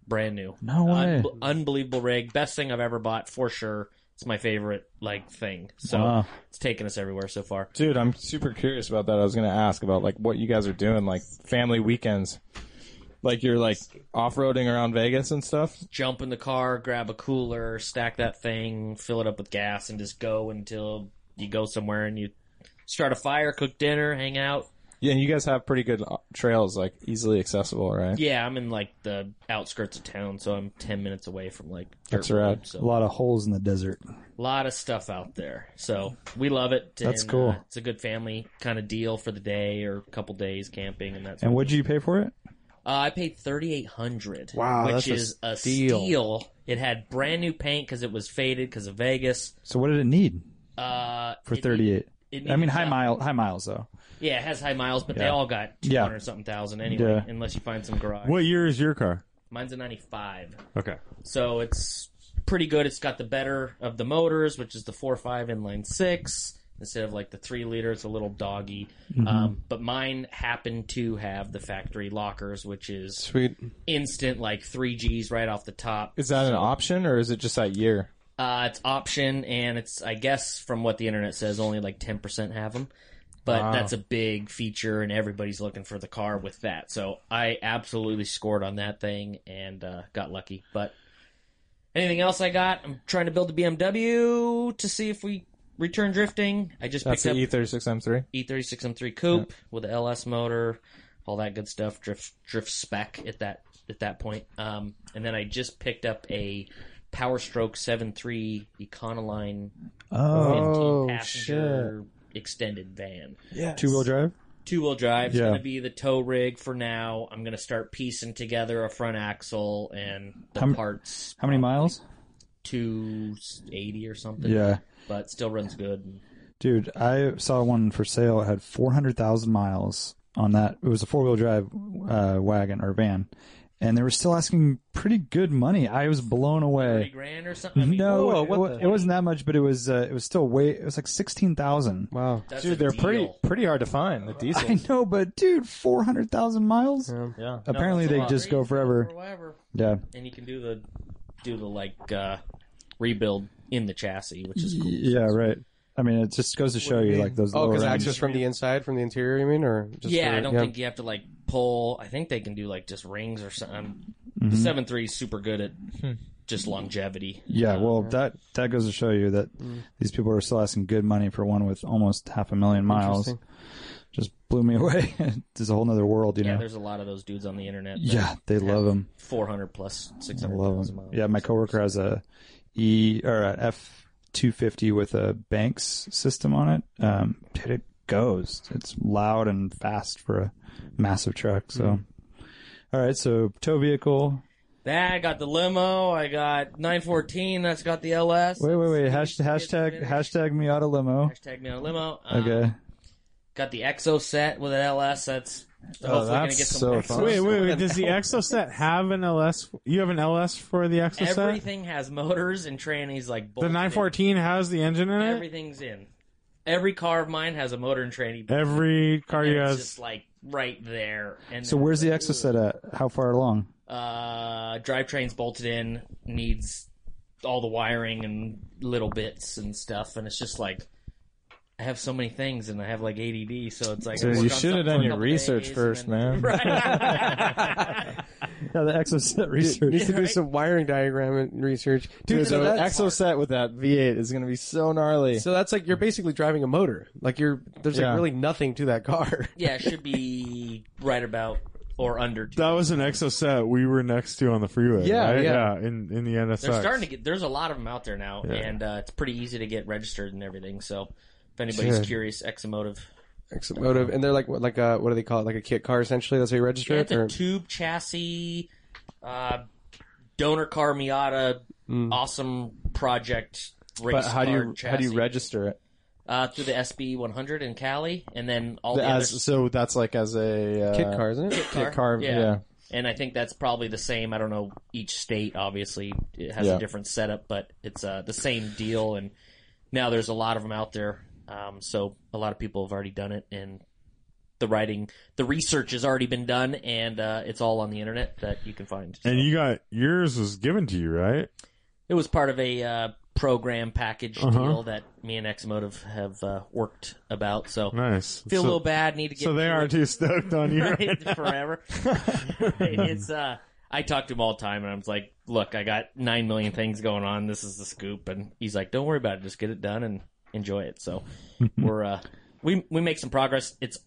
brand new. No way. Unbe- unbelievable rig. Best thing I've ever bought for sure. It's my favorite like thing. So Wow. it's taken us everywhere so far. dude, I'm super curious about that. I was gonna ask about like what you guys are doing, like family weekends, like you're like off roading around Vegas and stuff. jump in the car, grab a cooler, stack that thing, fill it up with gas, and just go until you go somewhere and you start a fire, cook dinner, hang out. Yeah, and you guys have pretty good uh, trails, like easily accessible, right? Yeah, I'm in like the outskirts of town, so I'm ten minutes away from like dirt That's rad. road, a So lot of holes in the desert. a lot of stuff out there. So we love it. That's and, cool. uh, it's a good family kind of deal for the day or a couple days camping and that. Sort And of what'd you pay for it? Uh, I paid thirty eight hundred. Wow, which that's a is a steal. steal. It had brand new paint because it was faded because of Vegas. So what did it need Uh, for it- thirty eight? it I mean, needs high up. mile, high miles though. Yeah, it has high miles, but they all got two Yeah. hundred something thousand anyway, Yeah. unless you find some garage. What year is your car? Mine's a ninety-five, Okay. so it's pretty good. It's got the better of the motors, which is the four-five inline six instead of like the three liter. It's a little doggy, um, but mine happened to have the factory lockers, which is Sweet. instant, like three Gs right off the top. Is that an option or is it just that year? Uh, it's option, and it's I guess from what the internet says, only like ten percent have them. But that's a big feature, and everybody's looking for the car with that. So I absolutely scored on that thing and uh, got lucky. But anything else I got? I'm trying to build a BMW to see if we return drifting. I just That's the E picked up E36 M3. E36 M3 coupe with the LS motor, all that good stuff. Drift drift spec at that at that point. Um, and then I just picked up a Power Stroke 7.3 Econoline Oh, 15 passenger extended van. Two wheel drive. Two wheel drive. It's Yeah. going to be the tow rig for now. I'm going to start piecing together a front axle and the How m- parts. How many miles? 280 or something. Yeah, But still runs good. dude. I saw one for sale. It had four hundred thousand miles on that. It was a four wheel drive uh, wagon or van, and they were still asking pretty good money. I was blown 30 away. grand or something. I mean, No, Whoa, it, what wa- the- it wasn't that much, but it was. Uh, it was still way. It was like sixteen thousand. Wow. that's a Dude, they're pretty deal. pretty hard to find. The diesel. I know, but dude, four hundred thousand miles. yeah. Apparently, they just go forever. Forever. Yeah. and you can do the do the like uh rebuild in the chassis which is cool Yeah, right. I mean, it just goes to show you, like those. Oh, lower because end- access from the inside, from the interior, you mean, or just yeah the- i don't think you have to like pull i think they can do like just rings or something Um, the 7-3 is super good at just longevity Mm-hmm. Hmm. Yeah, Mm. well, that that goes to show you that these people are still asking good money for one with almost half a million miles. Just blew me [LAUGHS] away. There's a whole other world, you yeah know. there's a lot of those dudes on the internet that Yeah, they love them. 400 plus I love 600000 them. miles Yeah, my coworker has a E or a F two fifty with a Banks system on it. Um, dude, it goes. It's loud and fast for a massive truck. So, all right, so tow vehicle. that I got the limo i got 914 that's got the ls Wait, wait, wait. Hashtag Let's get hashtag finished. hashtag Miata limo. hashtag me on limo Um, Okay. got the exo set with an ls that's So hopefully gonna Oh, that's get some so exos. fun. Wait, wait, wait. Fucking Does the hell. Exoset have an LS? You have an LS for the Exoset? Everything has motors and trannies like The bolted in. 914 has the engine in it? Everything's in. Every car of mine has a motor and tranny. bolted Every car in. you It's has. just like right there. And So then- where's the exoset at? How far along? uh, drivetrain's bolted in, needs all the wiring and little bits and stuff, and it's just like I have so many things, and I have like ADD, so it's like I Dude, work you on should have done something for a your couple research days and first, then- man. [LAUGHS] Right. Yeah, the [LAUGHS] exoset [LAUGHS] Needs research. to do some wiring diagram and research. [LAUGHS] Dude, Dude, so, so [LAUGHS] that's, exoset with that V8 is going to be so gnarly. so that's like you're basically driving a motor. Like you're there's Yeah. like really nothing to that car. [LAUGHS] yeah, it should be right about or under. Two. That was an Exoset we were next to on the freeway. Yeah, right? yeah. in, in the NSX. They're starting to get. There's a lot of them out there now, and uh, it's pretty easy to get registered and everything. So if anybody's Dude. curious, Exomotive. Motive, and they're like what- like a, what do they call it? Like a kit car essentially. That's how you register Yeah, it. it's a Or, tube chassis, uh, donor car Miata, Mm. [LAUGHS] awesome project. Race but how do car you how do you chassis. register it? Uh, through the SB 100 in Cali, and then all the, As- other so that's like as a uh, kit car, isn't it? kit car, yeah. And I think that's probably the same. I don't know each state. Obviously, it has Yeah. a different setup, but it's uh, the same deal. And now there's a lot of them out there. Um, so a lot of people have already done it, and the writing, the research has already been done, and uh, it's all on the internet that you can find. So And you got yours was given to you, right? it was part of a uh, program package Uh-huh. deal that me and Xmotive have uh, worked about. So Nice. feel so, a little bad. Need to get So they to aren't it. too stoked on [LAUGHS] you. right, [LAUGHS] forever. Right, It's uh, I talk to him all the time, and I'm like, "Look, I got nine million things going on. This is the scoop." And he's like, "Don't worry about it. Just get it done and enjoy it." [LAUGHS] So we're uh, we we make some progress. It's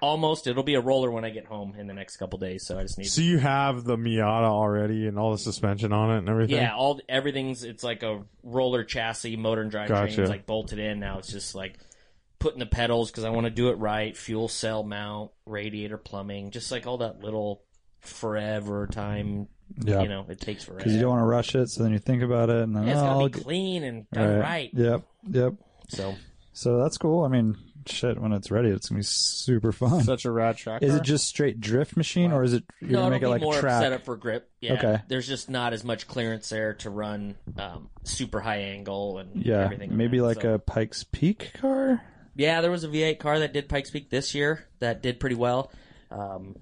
almost. It'll be a roller when I get home in the next couple days. So I just need. So you have the Miata already and all the suspension on it and everything. yeah, all everything's it's like a roller chassis, motor and drivetrain. Gotcha. It's like bolted in now. It's just like putting the pedals because I want to do it right. Fuel cell mount, radiator plumbing, just like all that little forever time. Yeah. You know, it takes forever. Because you don't want to rush it, so then you think about it, and then yeah, it's oh, gotta I'll be get- clean and done right. Yep, yep. So So that's cool. I mean, shit, when it's ready, it's gonna be super fun. Such a rad track. is it just straight drift machine, or is it you're no, gonna it'll make be it like more a track? set up for grip. Yeah, Okay. there's just not as much clearance there to run um, super high angle and yeah, everything. maybe that, like so. a Pikes Peak car. Yeah, there was a V8 car that did Pikes Peak this year that did pretty well. Um,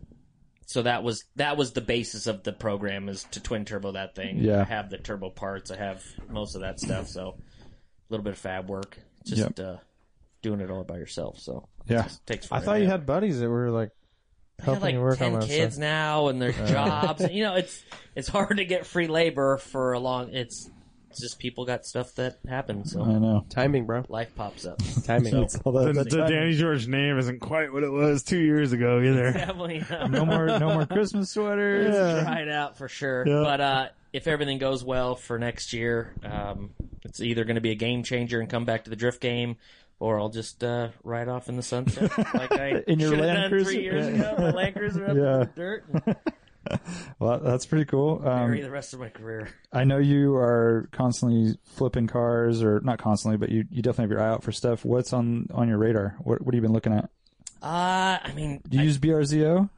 so that was that was the basis of the program is to twin turbo that thing. Yeah. I have the turbo parts. I have most of that stuff. So a little bit of fab work. Just uh, doing it all by yourself. So Yeah, it takes. I Forever. thought you had buddies that were like I helping have like you work ten on that kids stuff. now and their [LAUGHS] jobs. you know, it's it's hard to get free labor for a long. It's, it's just people got stuff that happens. So I know. Timing, bro. life pops [LAUGHS] up. Timing. That's all that- The, that's the right. Danny George name isn't quite what it was two years ago either. Definitely. no more, no more Christmas sweaters. try it out for sure. But uh, if everything goes well for next year, um, it's either going to be a game changer and come back to the drift game, or I'll just uh, ride off in the [LAUGHS] sunset like I In your should Land have done Cruiser? three years Yeah. ago. My Land Cruiser up Yeah. in the dirt and Well, that's pretty cool. Um, bury the rest of my career. I know you are constantly flipping cars, or not constantly, but you, you definitely have your eye out for stuff. What's on on your radar? What what have you been looking at? Uh, I mean, Do you use BRZO?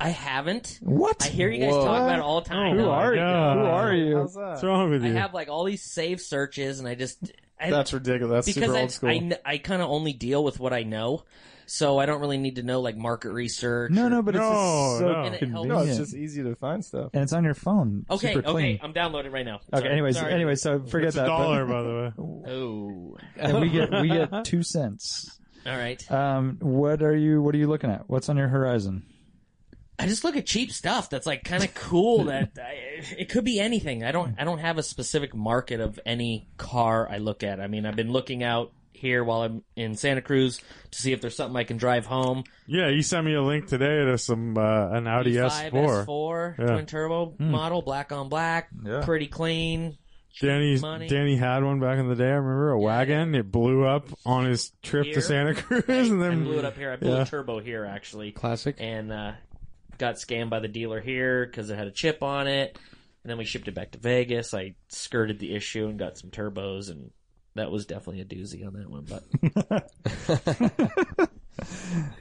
I haven't. What? I hear you guys talk about it all the time. Who are you? Who Uh, are you? How's that? What's wrong with I you? have like all these save searches, and I just I, That's ridiculous. That's because super I, old school. I, kn- I kind of only deal with what I know, so I don't really need to know like market research. No, or- no, but No, it's just so no. And it helps. convenient, no, it's just easy to find stuff. and it's on your phone. Okay, super okay, clean. I'm downloading right now. Okay. Sorry, Anyways, sorry. anyway, so forget it's that. a but- dollar, by the way. Oh, and we get we get two cents. all right. Um, what are you? What are you looking at? What's on your horizon? I just look at cheap stuff that's like kind of [LAUGHS] cool. That I, it could be anything. I don't. I don't have a specific market of any car I look at. I mean, I've been looking out here while I'm in Santa Cruz to see if there's something I can drive home. E Yeah, you sent me a link today to some uh, an Audi E5 S4. S4 Yeah. twin turbo Hmm. model, black on black, pretty clean. Danny Money. Danny had one back in the day. I remember a wagon. It blew up on his trip Here. to Santa Cruz, and I then blew it up here. I blew Yeah. a turbo here actually. Classic. and uh, got scammed by the dealer here because it had a chip on it. And then we shipped it back to Vegas. I skirted the issue and got [LAUGHS] some turbos, and that was definitely a doozy on that one. But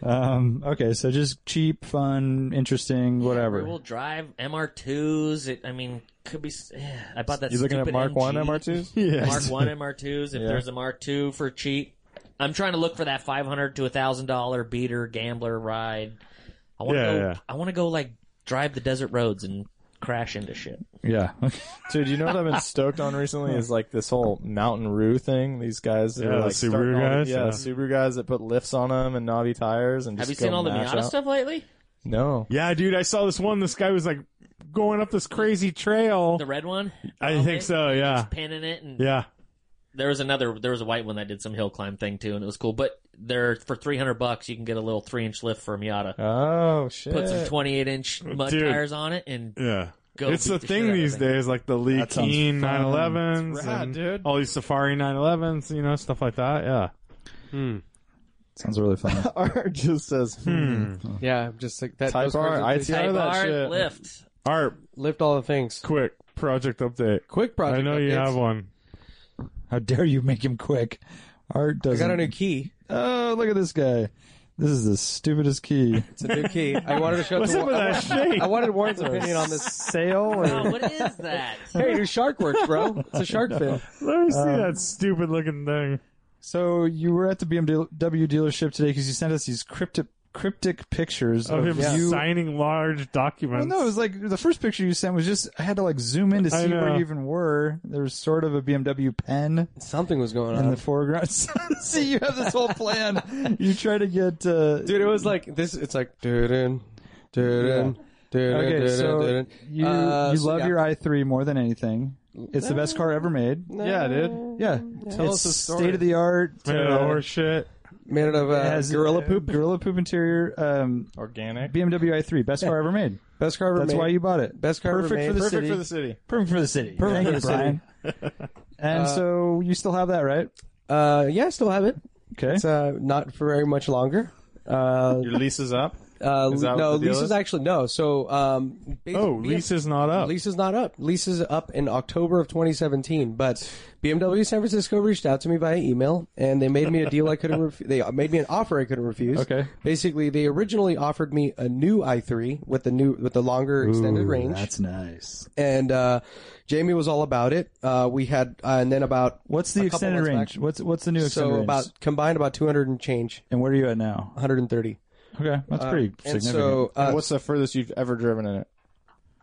um, okay, so just cheap, fun, interesting, whatever. Rear-wheel drive MR2s. It, I mean, could be. s- eh, I bought that. You looking at stupid Mark E. MG. One [LAUGHS] MR2s? Mark One MR2s. [LAUGHS] If there's a Mark Two for cheap, I'm trying to look for that five hundred to thousand dollar beater gambler ride. I want to Yeah, go. yeah. I want to go like drive the desert roads and crash into shit. Yeah. [LAUGHS] Dude, you know what I've been stoked on recently is like this whole Mountain Roo thing. These guys, that Yeah, are, the like Subaru starting all the- guys, yeah, yeah. Subaru guys that put lifts on them and knobby tires and Have just you seen go all the mash Miata out. stuff lately? No, Yeah, dude, I saw this one. This guy was like going up this crazy trail. The red one. I think so. Yeah, Pinning it and yeah. there was another there was a white one that did some hill climb thing too and it was cool but there for 300 bucks you can get a little three inch lift for a miata oh shit, put some 28 inch mud Dude. tires on it and Yeah. Go it's beat the the thing shit out of these it. days, like the Lee That sounds Keen fun. 911s, It's rad, and dude. all these Safari 911s, you know, stuff like that. Yeah, Sounds really fun. [LAUGHS] Art just says hmm. Yeah, I'm just like that. Type those R, cars are- I T R. None they type of that R shit. lift Art, lift all the things. quick project update. Quick project. I know you updates. have one. How dare you make him quick? Art I doesn't. got a new key. Oh, look at this guy. This is the stupidest key. It's a new key. I wanted to show. it What's to up with Wa- that shape? I wanted Warren's opinion on this. Sale? oh, Or... what [LAUGHS] is that Hey, new shark works, bro. It's a shark fin. Let me see Um, that stupid looking thing. So you were at the BMW dealership today because you sent us these cryptic cryptic pictures Of him you. signing large Well, documents. no, it was like the first picture you sent was just I had to like zoom in to I see where know. you even were. There was sort of a BMW pen Something was going in on. the foreground. [LAUGHS] see, you have this [LAUGHS] whole plan. You try to get uh, Dude, it was like this. It's like doo-dun, doo-dun, doo-dun, Okay, dun so you Uh, you so love yeah. your i3 more than anything. It's the best car ever made. yeah, dude. Yeah, Tell us it's a story. state of the art. Made out of horse Oh, shit. made out of uh, gorilla poop. gorilla poop interior. Um, Organic, BMW i3 best car ever made. Best car ever That's made. why you bought it. Best car ever perfect for made. the perfect city. for the city. perfect for the city. Perfect for the city. [LAUGHS] and so you still have that, right? Uh, yeah, I still have it. Okay. It's uh, not for very much longer. Uh, Your lease is up. uh, Is that no, what the deal lease is? is actually no. So, um, basi- Oh, BM lease is not up. Lease is not up. Lease is up in October of 2017. But BMW San Francisco reached out to me via email, and they made me a deal I couldn't. [LAUGHS] Ref- they made me an offer I couldn't refuse. Okay. Basically, they originally offered me a new i3 with the new with the longer extended range, That's nice. and uh, Jamie was all about it. Uh, we had, uh, and then about What's the a couple extended months range? back- What's what's the new extended so range? about combined about 200 and change, and where are you at now? 130. Okay, that's pretty Uh, And significant. so uh, mm, What's the furthest you've ever driven in it?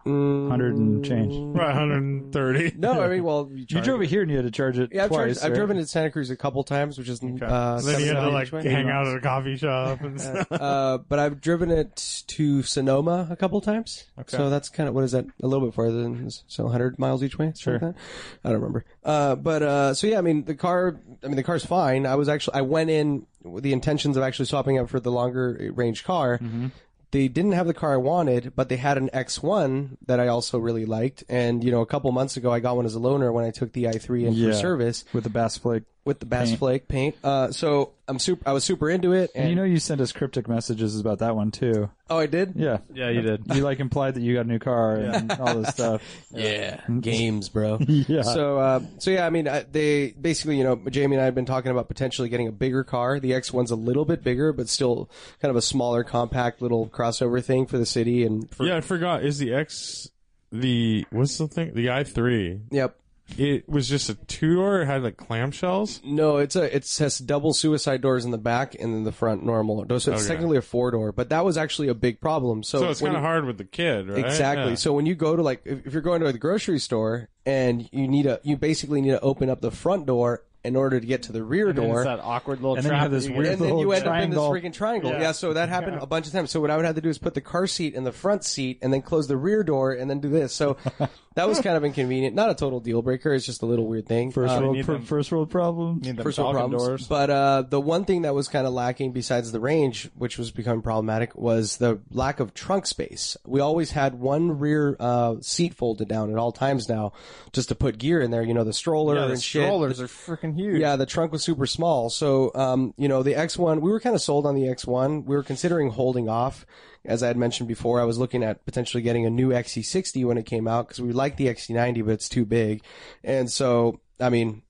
Hundred and change. Right, 130. no, I mean, well, You drove it here and you had to charge it Yeah, I've, twice. charged, I've right? driven to Santa Cruz a couple times, which is uh, [LAUGHS] then he had to $7 like each way. hang out at a coffee [LAUGHS] shop and stuff. Uh, but I've driven it to Sonoma a couple times. So that's kind of what is that? A little bit farther than so 100 miles each way. Sure. I don't remember. Uh, but uh, so yeah, I mean the car. I mean the car's fine. I was actually I went in with the intentions of actually swapping out for the longer uh, range car. Mm-hmm. They didn't have the car I wanted, but they had an X1 that I also really liked. And you know, a couple months ago, I got one as a loaner when I took the i3 in Yeah. for service with the Bass Flake. with the Bass Flake paint. Uh, so I'm super. I was super into it. And, You know, you sent us cryptic messages about that one too. oh, I did. Yeah, Yeah, you did. you like implied that you got a new car and all [LAUGHS] this stuff. Yeah, games, bro. Mm-hmm. [LAUGHS] Yeah. So, uh, so yeah, I mean, I, they basically, you know, Jamie and I have been talking about potentially getting a bigger car. The X one's a little bit bigger, but still kind of a smaller, compact little crossover thing for the city. And for, yeah, I forgot. Is the X the what's the thing? The i3. yep, It was just a two door. It had like clamshells. no, it's a it has double suicide doors in the back and then the front normal. So it's technically a four door, but that was actually a big problem. So, So it's when kind of you- hard with the kid, right? Exactly. Yeah. So when you go to like, if if you're going to the grocery store and you need a, you basically need to open up the front door in order to get to the rear And door. it's that awkward little And then you trap have this that weird and then little you end triangle. up in this freaking triangle. Yeah. so that happened a bunch of times. So what I would have to do is put the car seat in the front seat and then close the rear door and then do this. So that was kind of inconvenient. Not a total deal breaker. It's just a little weird thing. First Um, world, pro- first world problem. get them first world Falcon problems. doors. But uh, the one thing that was kind of lacking besides the range, which was becoming problematic, was the lack of trunk space. We always had one rear uh, seat folded down at all times now, just to put gear in there. You know, the stroller Yeah, the and shit. strollers are freaking huge. Yeah, the trunk was super small. So, um, you know, the X1, we were kind of sold on the X1. We were considering holding off. As I had mentioned before, I was looking at potentially getting a new XC60 when it came out because we liked the XC90, but it's too big. And so, I mean,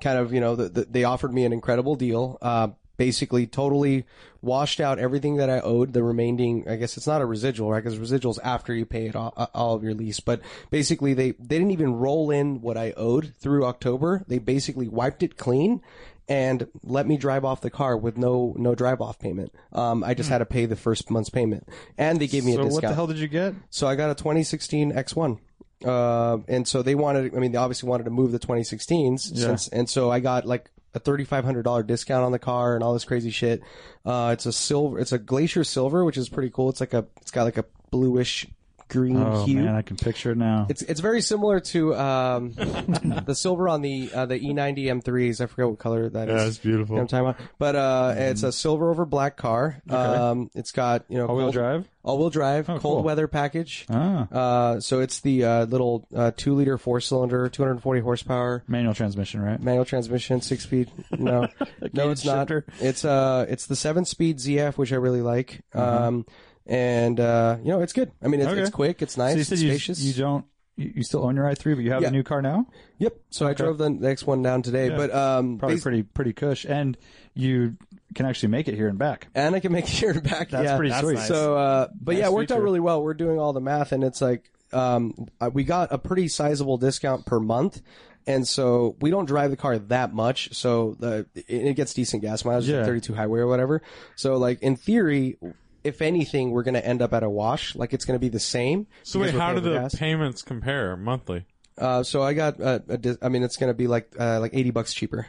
kind of, you know, the, the, they offered me an incredible deal. Uh, basically totally washed out everything that I owed. The remaining, I guess it's not a residual, right? Because residuals after you pay it all, uh, all of your lease. But basically, they they didn't even roll in what I owed through October. They basically wiped it clean and let me drive off the car with no no drive off payment. Um, I just had to pay the first month's payment, and they gave me a Hmm. So discount. what the hell did you get? So I got a 2016 X1. Uh, and so they wanted, I mean, they obviously wanted to move the 2016s since, and so I got like a $3,500 discount on the car and all this crazy shit. Uh, it's a silver, it's a glacier silver, which is pretty cool. It's like a, it's got like a bluish green Oh hue. man, I can picture it now. It's it's very similar to [LAUGHS] um, the silver on the uh, the E90 M3s. I forget what color that is. Yeah, it's beautiful. You know what I'm talking about. But uh, it's a silver over black car. Um, it's got you know all Mm-hmm. All-wheel drive? Oh, all wheel drive, cold cool. weather package. Ah. Uh, so it's the uh, little uh, two liter four cylinder, 240 horsepower. Manual transmission, right? Manual transmission, six speed. [LAUGHS] No, no, it's not. shifter. It's uh, it's the seven speed ZF, which I really like. Mm-hmm. Um, and uh, you know, it's good. I mean, it's, it's quick, it's nice, So you it's said you, spacious. you don't you you still own your i3, but you have Yeah. a new car now. Yep. So I drove the next one down today, but um, Probably bas- pretty pretty cush, and you can actually make it here and back. and I can make [LAUGHS] it here and back. That's yeah. pretty sweet. So, uh, but yeah, it worked out feature. really well. We're doing all the math, and it's like um, uh, we got a pretty sizable discount per month. And so we don't drive the car that much, so the it- it gets decent gas mileage, like Yeah. 32 highway or whatever. So like in theory, if anything, we're gonna end up at a wash. Like it's gonna be the same. So because wait, we're how do paying for the gas. payments compare monthly? Uh, so I got uh, a dis- I mean, it's gonna be like uh, like 80 bucks cheaper.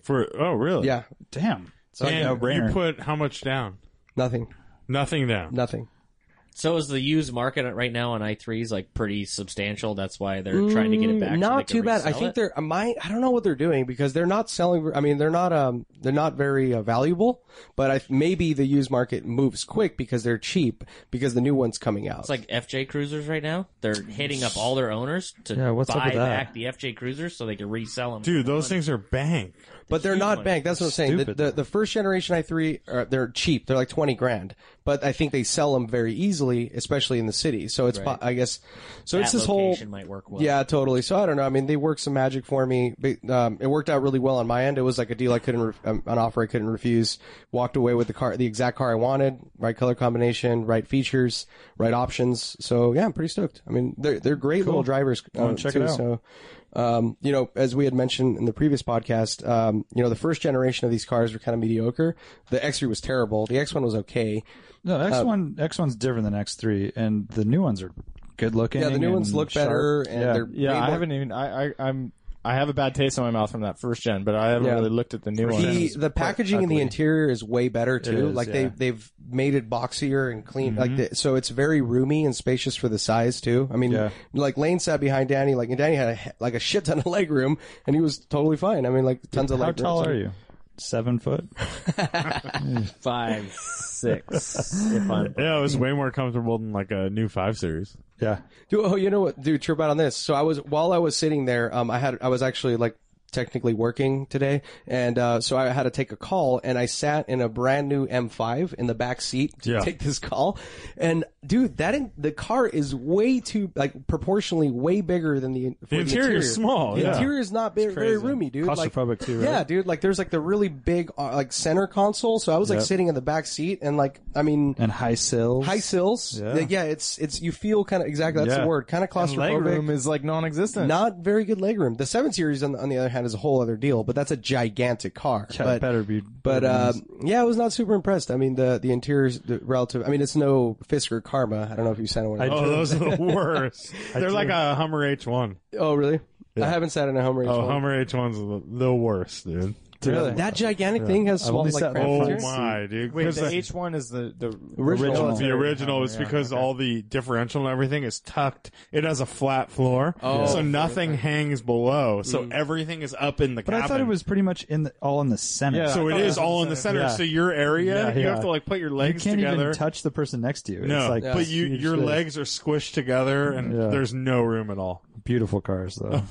For oh really? Yeah, Oh, Damn, it's like a And you no-brainer. put how much down? nothing, Nothing down. nothing. So is the used market right now on i3s like pretty substantial? That's why they're trying to get it back. so Mm, Not they can too bad. I resell think it? they're my. I don't know what they're doing because they're not selling. I mean, they're not. Um, they're not very uh, valuable. But I, maybe the used market moves quick because they're cheap because the new one's coming out. It's like FJ Cruisers right now. They're hitting up all their owners to Yeah, what's up buy with that? back the FJ Cruisers so they can resell them. Dude, those things are bank. but they're not bank. That's what I'm saying. The, Stupid. the, the first generation i3, are, they're cheap. They're like twenty grand. But I think they sell them very easily, especially in the city. So it's. po- I guess. So that it's this whole. location might work well. Yeah, totally. So I don't know. I mean, they worked some magic for me. But, um, it worked out really well on my end. It was like a deal I couldn't, re- um, an offer I couldn't refuse. Walked away with the car, the exact car I wanted, right color combination, right features, right options. So yeah, I'm pretty stoked. I mean, they're they're great little drivers. Uh, check too, it out. So, um, you know, as we had mentioned in the previous podcast, um, you know, the first generation of these cars were kind of mediocre. The X3 was terrible. The X1 was okay. No, Uh, X one X one's different than X three, and the new ones are good looking. Yeah, the new ones and look sharp. better, and yeah. they're Yeah, way I more- haven't even. I, I I'm I have a bad taste in my mouth from that first gen, but I haven't Yeah. really looked at the new one. the, the packaging and the interior is way better too. is, like they yeah. Mm-hmm. they've made it boxier and clean. Like the, so, it's very roomy and spacious for the size too. I mean, Yeah. like Lane sat behind Danny. Like and Danny had a, he- like a shit ton of [LAUGHS] leg room, and he was totally fine. I mean, like tons of How leg tall room. are you? Seven foot. five six. if I'm Yeah, it was way more comfortable than like a new five series. Yeah. Dude, oh, you know what, dude? Trip out on this. So I was while I was sitting there, um, I had I was actually like technically working today, and uh, so I had to take a call, and I sat in a brand new M5 in the back seat to Yeah. take this call, and dude, that in, the car is way too like proportionally way bigger than the for the interior is small, The yeah. interior is not very, very roomy, dude. Like- Claustrophobic too, right? Yeah, dude. Like there's like the really big uh, like center console, so I was like sitting in the back seat, and like I mean. And high sills. High sills, yeah. yeah, it's it's you feel kind of exactly that's Yeah. the word, kind of claustrophobic. legroom is like non-existent. Not very good legroom. The seven series, on the, on the other hand, is a whole other deal, but that's a gigantic car. Yeah, but, better be. But uh, yeah, I was not super impressed. I mean, the the interiors, the relative. I mean, it's no Fisker Karma. I don't know if you sat in one. of Oh, those. those [LAUGHS] are the worst. They're like a Hummer H1. oh, really? I haven't sat in a Hummer. Oh, H1. Hummer H1's the, the worst, dude. Really? That gigantic thing has small only like sat in cramped one. Oh interiors? my, dude. Wait, 'Cause the the, H one is the the Original. original. the original is because all the differential and everything is tucked. It has a flat floor, so nothing hangs below. So everything is up in the But cabin. I thought it was pretty much in the, all in the center. Yeah. So I it thought is that all was in the the center. center. So your area, Yeah, you yeah. have to like put your You legs can't together. even touch the person next to you. no, It's like but you huge your space. legs are squished together, and Yeah. there's no room [LAUGHS] at all. Beautiful cars [LAUGHS] though.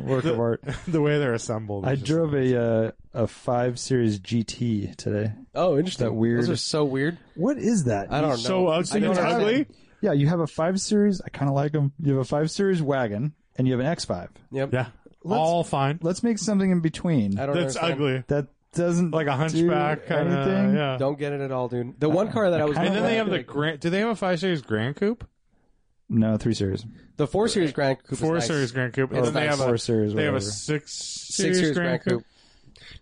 Work of art. the way they're assembled. I is just- drove a uh, a five series GT today. Oh, interesting. That weird- Those are so weird. What is that? I don't so know. ugly. I It's don't understand. ugly. Yeah, you have a five series. I kind of like them. You have a five series wagon, and you have an X five. Yep. Yeah, all fine. Let's make something in between. I don't. That's understand. ugly. That doesn't like a hunchback do kind of anything. yeah. Don't get it at all, dude. The one car that I was and then looking Uh, they at, have the like, grand. Do they have a five series Grand Coupe? No, three series. the four series Grand Coupe. is Four nice. series Grand Coupe. And It's then they nice. have a Four series, They have a whatever. six six series, series Grand Coupe.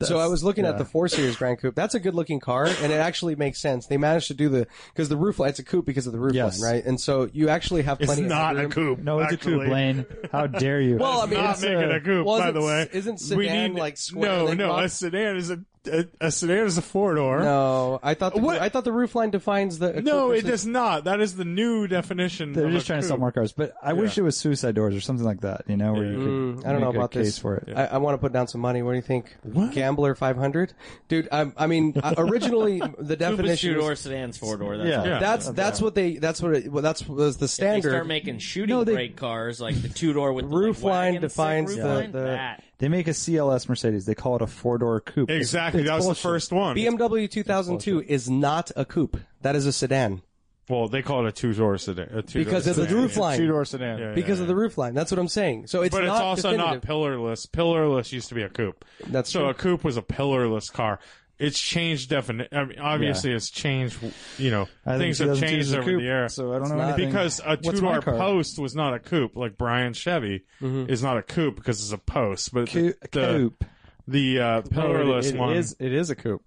So I was looking yeah. at the four series Grand Coupe. That's a good looking car, and it actually makes sense. They managed to do the because the roof line. It's a coupe because of the roof Yes. line, right? And so you actually have It's plenty. not of a room. coupe. No, it's actually. a coupe, Blaine. [LAUGHS] How dare you? Well, I mean, not it's making a, coupe, well, by the isn't- way. isn't We sedan, need- like, square No, leg no, box? a sedan is a a, a sedan is a four door. No, I thought the, What? I thought the roof line defines the. a No, coupe it versus- does not. That is the new definition. They're of just a trying to coupe. sell more cars, but I wish it was suicide doors or something like that. You know, where you could Mm, I don't know make a about case this. for it. I, I want to put down some money. What do you think? Gambler five hundred, dude. I, I [LAUGHS] mean, uh, originally the Coupe is two definition. door Was, sedans, four door. That's Yeah. what- that's that's what they that's what it, well, that's was the They standard. start making shooting No, they- brake cars like the two door with the Roof like, line wagon, sick defines roof the- line, the- that. They make a CLS Mercedes. They call it a four door coupe. Exactly. that was the first one. BMW 2002 is not a coupe. That is a sedan well, they call it a two door sedan. A two-door because of the sedan, roof yeah. line. Two door sedan. Yeah, yeah, Because yeah. of the roof line. That's what I'm saying. So it's but not it's also definitive. not pillarless. Pillarless used to be a coupe. That's so true. a coupe was a pillarless car. It's changed definition. I mean, obviously, it's changed. You know, I think things have 2002 is changed a over coupe, the air. So I don't know not- anything. because a two What's my Mm-hmm. door car? post was not a coupe. Like Brian Chevy is not a coupe because it's a post. But Cou- the the, coupe. the, uh, pillarless it, it one. is- it is a coupe.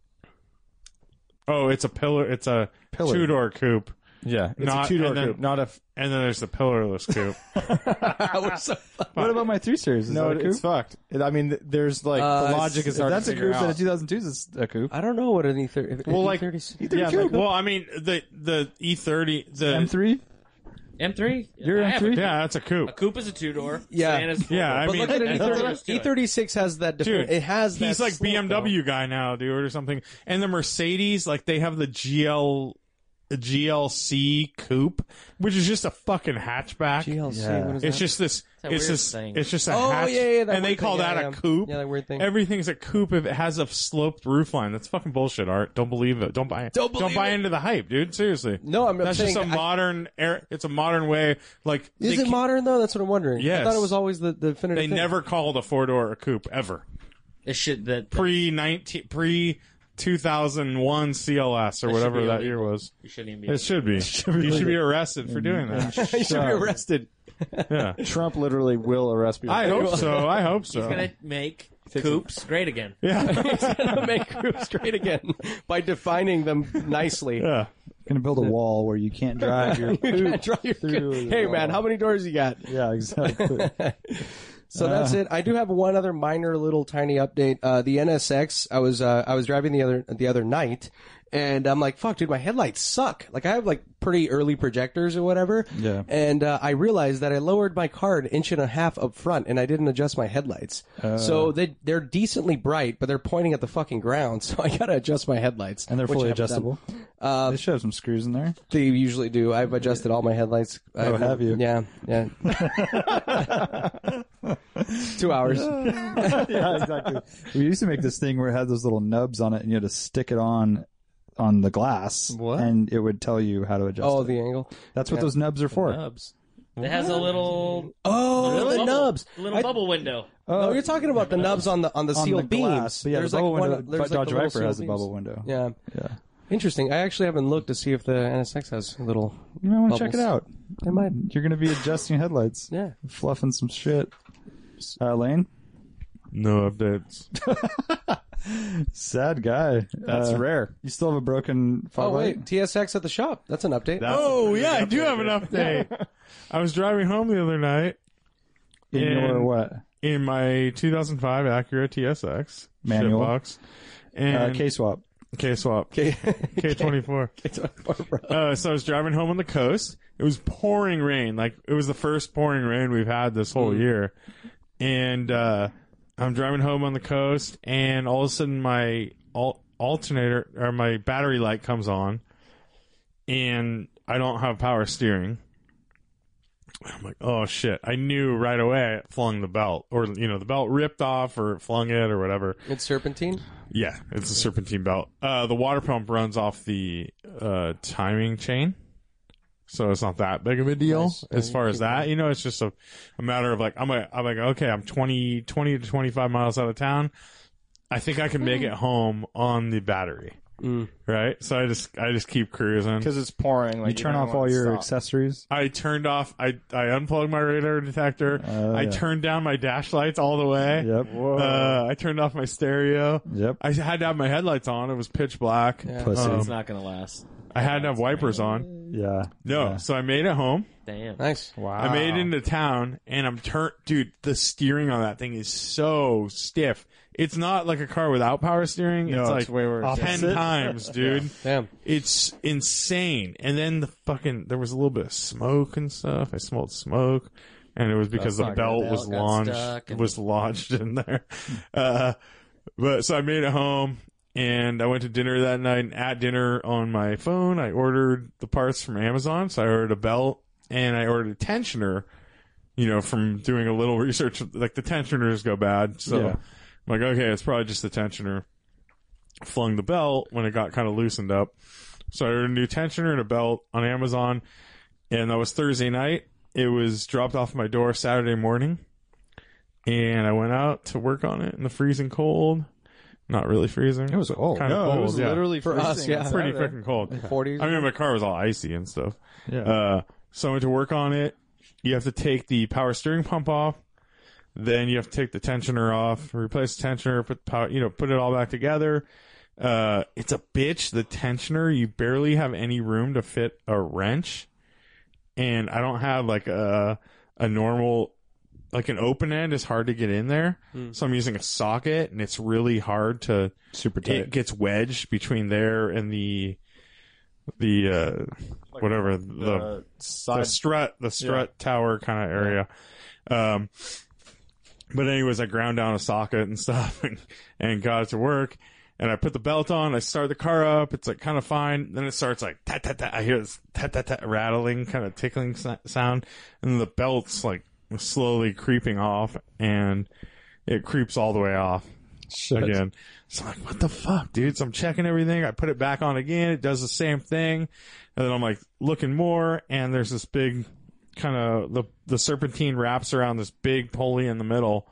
oh, it's a pillar. It's a Pillar. two door coupe. Yeah, it's Not- a two door and then- coupe, not a. f- And then there's the pillarless [LAUGHS] coupe. What about my three series? Is No, that a it- coupe? it's fucked. It- I mean, th- there's like Uh, the it's- logic if is hard that's to a coupe, figure then a out. 2002 is a [LAUGHS] coupe. I don't know what an E E30. Well, like- Yeah, like- well, I mean the the E30 the M3. M3. You're I have a M3? yeah, that's a coupe. A coupe is a two door. Yeah. E Sedan is four Yeah, I but mean, look at E and an that's what E30. I was doing. E36 has that. Defi- Dude, it has. he's that like slope, BMW guy now, dude, or something. And the Mercedes, like they have the GL GLC coupe, which is just a fucking hatchback. though. GLC. Yeah. What is It's that? just this. that It's weird just. thing. It's just a Oh, hatch, yeah, yeah, that and they weird call thing. that Yeah, a yeah. coupe. Yeah, that weird thing. Everything's a coupe if it has a sloped roofline. That's fucking bullshit, Art. Don't believe it. Don't buy it. Don't believe buy it. into the hype, dude. Seriously. No, I'm- I'm That's just saying a I- modern. Air, it's a modern way. Like Is they, it ca- modern though? That's what I'm wondering. I Yes. thought it was always the the definitive. They thing. never called a four door a coupe ever. It should that pre nineteen pre two thousand one CLS or should whatever be that illegal. year was. you shouldn't even be. It should be. [LAUGHS] you should be Mm-hmm. arrested for doing that. you should be arrested. [LAUGHS] yeah. Trump literally will arrest people. I hope so. I hope so. He's gonna make coupes great again. yeah. Make groups great again by defining them nicely. yeah. Going to build a wall where you can't [LAUGHS] drive your coupe. Draw your- Through hey the man, wall. how many doors you got? Yeah, exactly. So Ah. that's it. I do have one other minor, little, tiny update. Uh, the NSX. I was uh, I was driving the other the other night, and I'm like, "Fuck, dude, my headlights suck." Like I have like pretty early projectors or whatever. Yeah. And uh, I realized that I lowered my car an inch and a half up front, and I didn't adjust my headlights. Uh. so they they're decently bright, but they're pointing at the fucking ground. [LAUGHS] So I gotta adjust my headlights. [LAUGHS] And they're which Uh, I fully haven't done. adjustable. they should have some screws in [LAUGHS] there. They usually do. I've adjusted all my headlights. Oh, have you? Yeah, [LAUGHS] yeah. Two hours. [LAUGHS] yeah, exactly. We used to make this thing where it had those little nubs on it, and you had to stick it on on the glass, and it would tell you how to adjust. Oh, it. the Uh, angle. that's what those nubs are for. Nubs. It has a little Oh, little the bubble- nubs. little I- Oh, bubble window. No, you're talking about the nubs on the on the On sealed the beams. glass, but yeah, There's the like bubble one. window. there's but like Dodge the little Viper has sealed a bubble beams. window. Yeah. yeah. Interesting. I actually haven't looked to see if the NSX has a little. You might want to check it Bubbles. out. I might. You're going to be adjusting headlights, Yeah. fluffing some shit. Uh, Lane, No updates. sad guy. That's Uh, rare. You still have a broken Oh firelight. wait, TSX at the shop. That's an update. Oh yeah, I do have an update. I was driving home the other night in your And- what? in my 2005 Acura TSX Manual. box Uh, and K swap. [LAUGHS] K swap Okay. K24. It's on Barbara. uh, so I was driving home on the coast. It was pouring rain. Like it was the first pouring rain we've had this whole year. And uh, I'm driving home on the coast, and all of a sudden my al- alternator or my battery light comes on, and I don't have power steering. I'm like, oh shit! I knew right away it flung the belt, or you know, the belt ripped off, or it flung it, or whatever. It's serpentine. Yeah, it's a serpentine belt. Uh, the water pump runs off the uh, timing chain, so it's not that big of a deal as far as that. You know, it's just a, a matter of like I'm like I'm like okay, I'm 20, 20 to twenty five miles out of town. I think I can make it home on the battery. Right? So I just I just keep cruising. because it's pouring. Like you turn don't off want all it to your stop. accessories. I turned off I I unplugged my radar detector. Oh, I yeah. turned down my dash lights all the way. [LAUGHS] Yep. Uh, I turned off my stereo. Yep. I had to have my headlights on. It was pitch black. Pussy. Um, it's not gonna last. I had to have wipers on. yeah. No, Yeah. so I made it home. Damn. Nice. Wow. I made it into town, and I'm turn. Dude, the steering on that thing is so stiff. It's not like a car without power steering. No, it's like it's way worse. [LAUGHS] ten Opposite. times, dude. Damn. It's insane. And then the fucking there was a little bit of smoke and stuff. I smelled smoke, and it was because the not good. belt was Belt got launched stuck and- was lodged in there. [LAUGHS] Uh, but so I made it home, and I went to dinner that night. And at dinner on my phone, I ordered the parts from Amazon. So I ordered a belt and I ordered a tensioner. You know, from doing a little [LAUGHS] research, like the tensioners go bad. So Yeah. I'm like, okay, it's probably just the tensioner. Flung the belt when it got kind of loosened up. So I ordered a new tensioner and a belt on Amazon, and that was Thursday night. It was dropped off my door Saturday morning, and I went out to work on it in the freezing cold. Not really freezing. It was cold. Kinda no, it cold, was yeah. literally For us, freezing yeah. on pretty [LAUGHS] Saturday. freaking cold. Forties. I mean, my car was all icy and stuff. Yeah. Uh, so I went to work on it. You have to take the power steering pump off. Then you have to take the tensioner off, replace the tensioner, put the power, you know, put it all back together. Uh, it's a bitch. The tensioner, you barely have any room to fit a wrench, and I don't have like a a normal like an open end is hard to get in there. Hmm. So I'm using a socket, and it's really hard to Super tight. it gets wedged between there and the the uh whatever the The the, side strut the strut tower kind of area um but anyways i ground down a socket and [LAUGHS] stuff and, and got it to work and i put the belt on i start the car up it's like kind of fine then it starts like tat tat tat i hear this tat tat tat rattling kind of tickling s- sound and the belt's like slowly creeping off and it creeps all the way off again. So I'm like, what the fuck, dude? So I'm checking everything. I put it back on again. It does the same thing. And then I'm like looking more and there's this big kind of the, the serpentine wraps around this big pulley in the middle.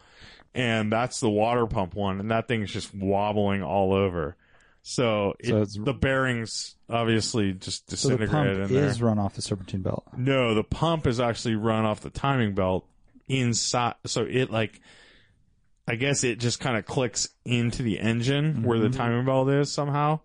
And that's the water pump one. And that thing is just wobbling all over. So, it, So it's- the bearings obviously just so the pump disintegrated in there. is run off the serpentine belt. No, the pump is actually run off the timing belt inside. So it like, I guess it just kind of clicks into the engine where the timing belt is somehow.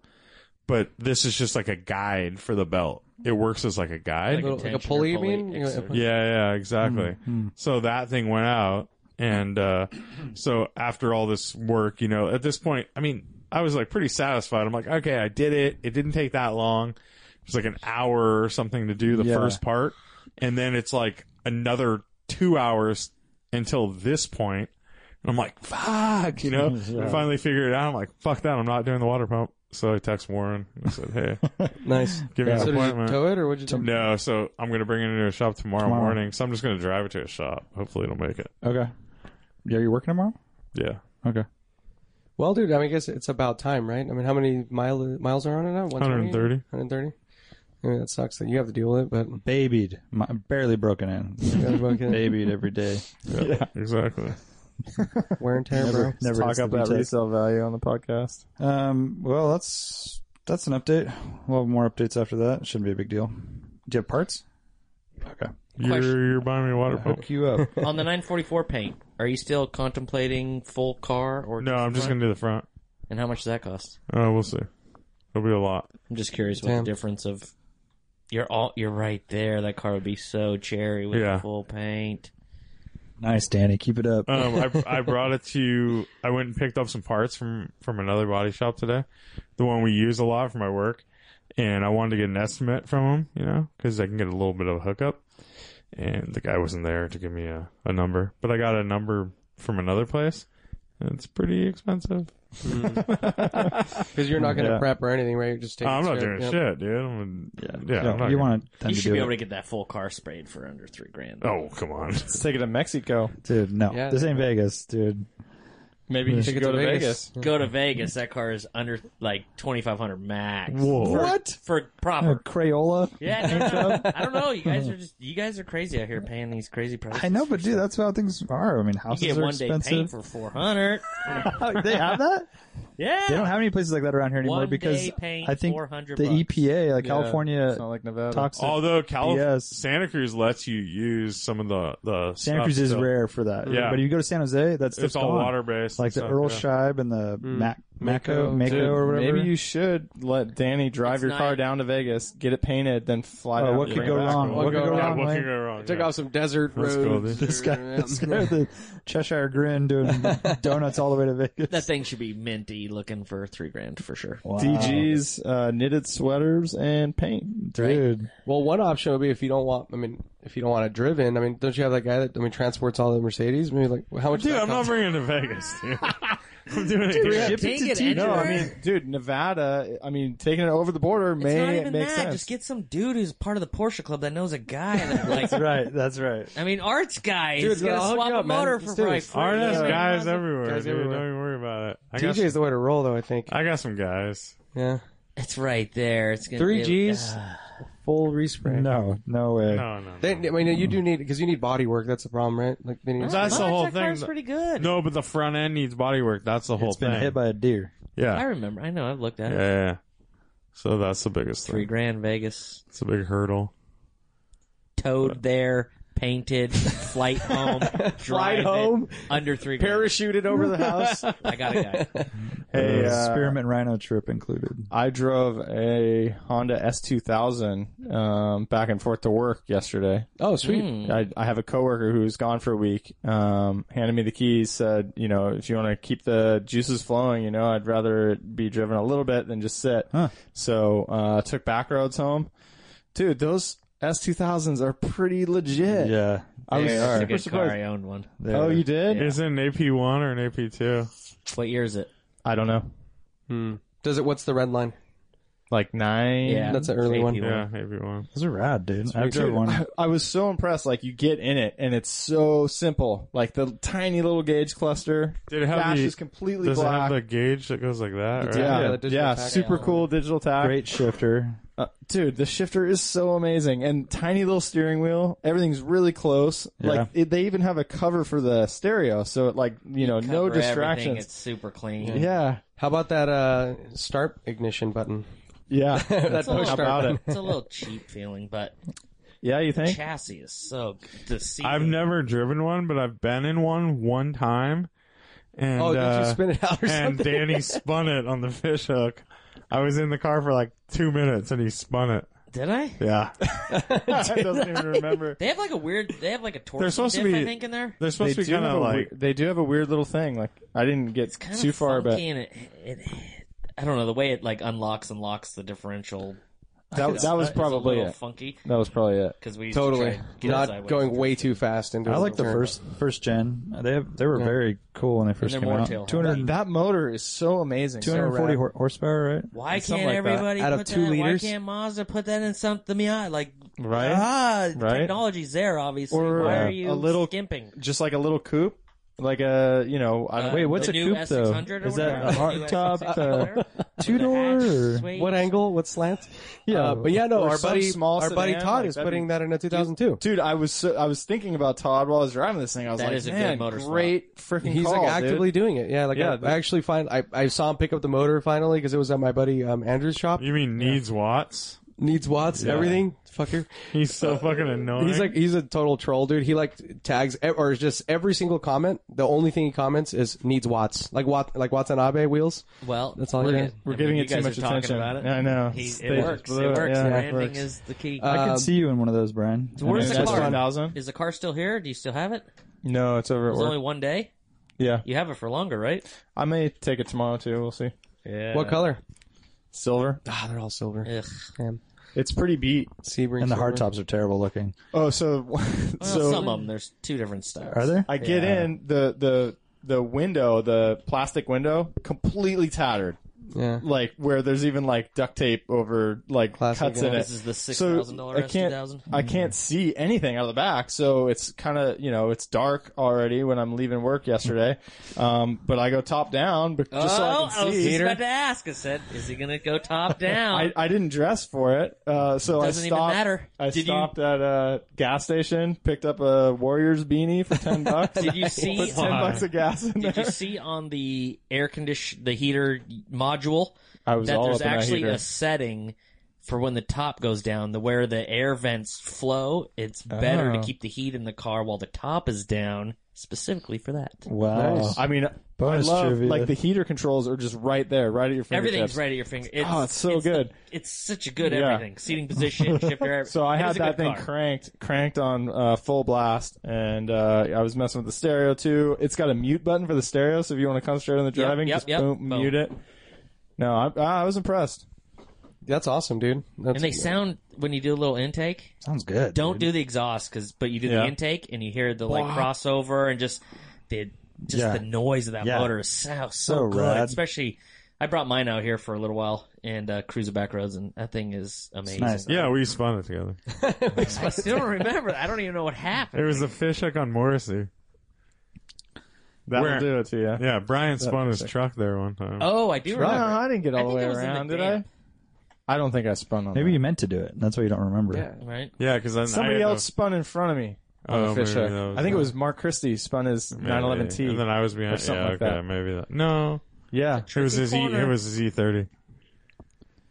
But this is just like a guide for the belt. It works as like a guide. Like a pulley, you mean? yeah, yeah, exactly. So that thing went out, and uh, so after all this work, you know, at this point, I mean, I was like pretty satisfied. I'm like, okay, I did it. It didn't take that long. It was like an hour or something to do the Yeah. first part, and then it's like another two hours until this point. And I'm like, fuck, you know. I finally figured it out. I'm like, fuck that. I'm not doing the water pump. So I text Warren. I said, hey, Nice. give me So did an you appointment. tow it or would you? do? No, so I'm gonna bring it into a shop tomorrow, Tomorrow. morning. So I'm just gonna drive it to a shop. Hopefully it'll make it. Okay. Yeah, you're working tomorrow? Yeah. Okay. Well, dude, I mean, I guess it's about time, right? I mean, how many mile, miles are on it now? 130. 130. I mean, that sucks that you have to deal with it, [LAUGHS] but Babied. My, barely broken in. [LAUGHS] gotta fucking Babied every day. Yeah. Exactly. wear and tear, bro. Never talk gets up the that retake. resale value on the podcast. Um, well, that's that's an update. We'll have more updates after that. Shouldn't be a big deal. Do you have parts? Okay. Question. You're you're buying me a water pump. Hook you up. On the 944 paint, are you still contemplating full car or No, I'm just front? gonna do the front. And how much does that cost? Oh, we'll see. It'll be a lot. I'm just curious what Damn. the difference of. You're all you're right there. That car would be so cherry with Yeah. full paint. [LAUGHS] nice, Danny. Keep it up. Um, I I brought it to. I went and picked up some parts from from another body shop today, the one we use a lot for my work, and I wanted to get an estimate from him, you know, because I can get a little bit of a hookup. And the guy wasn't there to give me a, a number, but I got a number from another place. And it's pretty expensive. Because you're not gonna Yeah. prep or anything, right? You're just taking. I'm not straight, doing yep. shit, dude. I'm, yeah, yeah. No, I'm not you gonna- want them You to should do be able to it. get that full car sprayed for under three grand. [LAUGHS] Oh, come on. [LAUGHS] Let's take it to Mexico. Dude, no. Yeah. this ain't Vegas, dude. Maybe you should Tickets go to to Vegas. Vegas. Go to Vegas. That car is under like twenty five hundred max. Whoa. What for Uh, proper? Crayola. [LAUGHS] Yeah, no, no, I don't know. You guys are just you guys are crazy out here paying these crazy prices. I know, but dude, that's how things are. I mean, houses You get are one day paint expensive. Oh, for four hundred. they have that? Yeah, They don't have any places like that around here anymore One because day paint, I think 400 the E bucks. EPA, like California, It's not like Nevada. talks. to Although California, Yes. Santa Cruz lets you use some of the the Santa stuff Cruz is still. rare for that. Yeah. but if you go to San Jose, that's It's all water based. Like the Earl yeah. Mm. Scheib and the Mac Maco Dude, Mako or whatever. [LAUGHS] Maybe you should let Danny drive It's your not- car down to Vegas, get it painted, then fly Oh, down. what and could bring go it back. wrong? What could go go wrong? Yeah, wrong? what Lane? can go wrong? Took yeah. off some desert That's cool, roads. dude. This guy, [LAUGHS] this guy with the Cheshire grin doing [LAUGHS] donuts all the way to Vegas. that thing should be minty looking for three grand for sure. Wow. DG's uh, knitted sweaters and paint. dude. [LAUGHS] Well, one option would be if you don't want. I mean, if you don't want it driven, I mean, don't you have that guy that I mean transports all the Mercedes? Maybe like how much? does Dude, that I'm not cost? bringing it to Vegas, dude. I'm doing it here. Take it No, I anywhere. mean, dude, Nevada. I mean, taking it over the border It's may not even make that. sense. Just get some dude who's part of the Porsche club that knows a guy that like. That's right. That's right. I mean, Art's guy Dude, is gonna I'll hook swap you up, a man. motor Let's for do probably this. free. Arnest Yeah. guys everywhere. Guys dude. everywhere. Don't even worry about it. I got, DJ is the way to roll, though. I think. I got some guys. Yeah, It's right there. It's gonna three be- uh, Gs, full respray. No, no way. No, no. They, I mean, you do need because you need body work. That's the problem, right? Like they need. That's the Oh, whole that car's thing. pretty good. No, but the front end needs body work. That's the whole It's been thing. hit by a deer. I yeah. remember. I know. I've looked at yeah, it. yeah, yeah. So that's the biggest Three thing. grand Vegas. It's a big hurdle. Towed there, painted, flight home, drive it, home? under three grand. parachuted over the house. I got a guy. Hey, Uh, uh, spearmint rhino trip included. [LAUGHS] I drove a Honda S2000 um, back and forth to work yesterday. oh, sweet. Hmm. I, I have a coworker who's gone for a week. Um, handed me the keys, said, you know, if you want to keep the juices flowing, you know, I'd rather it be driven a little bit than just sit. Huh. So uh, took back roads home. Dude, those S2000s are pretty legit. Yeah. I was It's a super good surprised. car. I owned one. Oh, you did? Is it an AP one or an AP two? What year is it? I don't know. Does it? What's the red line? Like nine. That's an early one. AP Yeah, AP one. Those are rad, dude. I've driven [LAUGHS] one. [LAUGHS] I was so impressed. Like you get in it, and it's so simple. Like the tiny little gauge cluster. Did it have dash the- is completely Does it have black. the gauge that goes like that? Right? yeah, Yeah, yeah, the digital tack. super cool digital tag. Great shifter. Uh, dude, the shifter is so amazing, and tiny little steering wheel. Everything's really close. Like it, they even have a cover for the stereo, so it like you know no Cover everything. distractions. It's super clean. Yeah, How about that uh, start ignition button? [LAUGHS] yeah, That It's a little, push start about button. it. It's a little cheap feeling, but yeah. You think? chassis is so good. The seat- I've never driven one, but I've been in one one time. And, Oh, did uh, you spin it out or and something? [LAUGHS] Danny spun it on the fish hook. I was in the car for like two minutes and he spun it. Did I? Yeah. [LAUGHS] I don't even remember. They have like a weird. They have like a torque. They're supposed to diff, be- I think in there. They're supposed They to do, be kind have a of like, weir- they do have a weird little thing. Like I didn't get It's kind too of far, but funky and it, it, I don't know the way it like unlocks and locks the differential. that, that was is probably a little it. funky That was probably it. because we used to Totally. try and get Not sideways. going way too fast into. I a like the turn. first first gen. They have, they were very cool when they first they're came more out. tail. That, 200, that motor is so amazing. So 240 rad. hor- horsepower, right? Why something like can't that. everybody Out of put two that? liters? Why can't Mazda put that in something? Yeah, like Right? Ah, the Right? Technology's there, obviously. Or, Why uh, are you a little- skimping? Just like a little coupe, like a you know. I don't, Uh, Wait, what's the a new coupe, though? S600 or Is that whatever, a the hard new S600 top, or uh, whatever, with the two-door, hatch or- suite. What angle? What slant? Yeah, Uh, but yeah, no. or Our some buddy, small our buddy sedan, Todd like, is that'd putting be- that in a 2002. Dude, I was so, I was thinking about Todd while I was driving this thing. I was That like, is a good man, motor swap." great freaking He's call, like actively doing it. Yeah, like Yeah, I, the- I actually find I, I saw him pick up the motor finally because it was at my buddy um, Andrew's shop. you mean needs watts? Needs watts, everything, fucker. He's so Uh, fucking annoying. He's like he's a total troll, dude. He like tags e- or just every single comment. The only thing he comments is needs watts, like Wat like Watanabe wheels. Well, That's all look I at- did. We're I mean, giving you it too guys much are talking attention. About it. I know. He, it, They- works. blew It works. Yeah, Branding works. is the key. I Um, could see you in one of those, Brian. where's Yeah, the that's car? 2000? Is the car still here? Do you still have it? No, it's over at It's work. only one day. Yeah, You have it for longer, right? I may take it tomorrow too. We'll see. Yeah. What color? Silver. Ah, they're all silver. Ugh. It's pretty beat. Sebring And the silver. hard tops are terrible looking. Oh, so [LAUGHS] Well, so some of them. There's two different styles. Are there? I get in the the the window, the plastic window, completely tattered. Yeah. like where there's even like duct tape over like Classic, cuts in yeah. it. This is the six So, thousand dollar I S two can't thousand. I can't see anything out of the back, so it's kind of you know it's dark already when I'm leaving work [LAUGHS] yesterday. Um, but I go top down but just so I Oh, I can was see. just about to ask. I said, "Is he going to go top down?" I, I didn't dress for it, uh, so Doesn't I even stopped. matter. I Did you- stopped at a gas station, picked up a Warriors beanie for [LAUGHS] ten bucks. Did you see? uh, Put ten bucks of gas in Did there. you see on the air condition the heater module I was that all there's up in that actually heater. a setting for when the top goes down, the where the air vents flow? It's better Oh. to keep the heat in the car while the top is down, specifically for that. Wow. Oh. I mean, Bonus I love trivia. like the heater controls are just right there, right at your fingertips. Everything's right at your finger. It's, Oh, it's so good. It's such a good Yeah. everything. Seating position, [LAUGHS] shifter. every- So I it had is a that good thing car. cranked, cranked on uh, full blast, and uh, I was messing with the stereo too. It's got a mute button for the stereo, so if you want to concentrate on the Yep, driving, yep, just yep, boom, boom. mute it. No, I, I was impressed. That's awesome, dude. That's, And they sound when you do a little intake. Sounds good. Don't do the exhaust, cause but you do Yeah. the intake and you hear the like crossover and just the just Yeah. the noise of that Yeah. motor is so so, So good. rad. Especially, I brought mine out here for a little while and uh, cruise the back roads and that thing is amazing. [LAUGHS] nice. Yeah, we spun it together. I still don't remember. I don't even know what It [LAUGHS] happened. was a fish hook on Morrissey. That'll Where- do it to you. Yeah, Brian spun his truck there one time. Oh, I do No, remember. I didn't get I all the think way it was in the around, did I? damp. I don't think I spun on. Maybe that. you meant to do it. and That's why you don't remember. yeah. Right? Yeah, because somebody else spun in front of me on Oh, the fish maybe hook. that was I think it it. was Mark Christie spun his Maybe. 911T. And then I was behind. something yeah, like okay, that. maybe that. No, yeah, it was his. E, corner. it was his E30.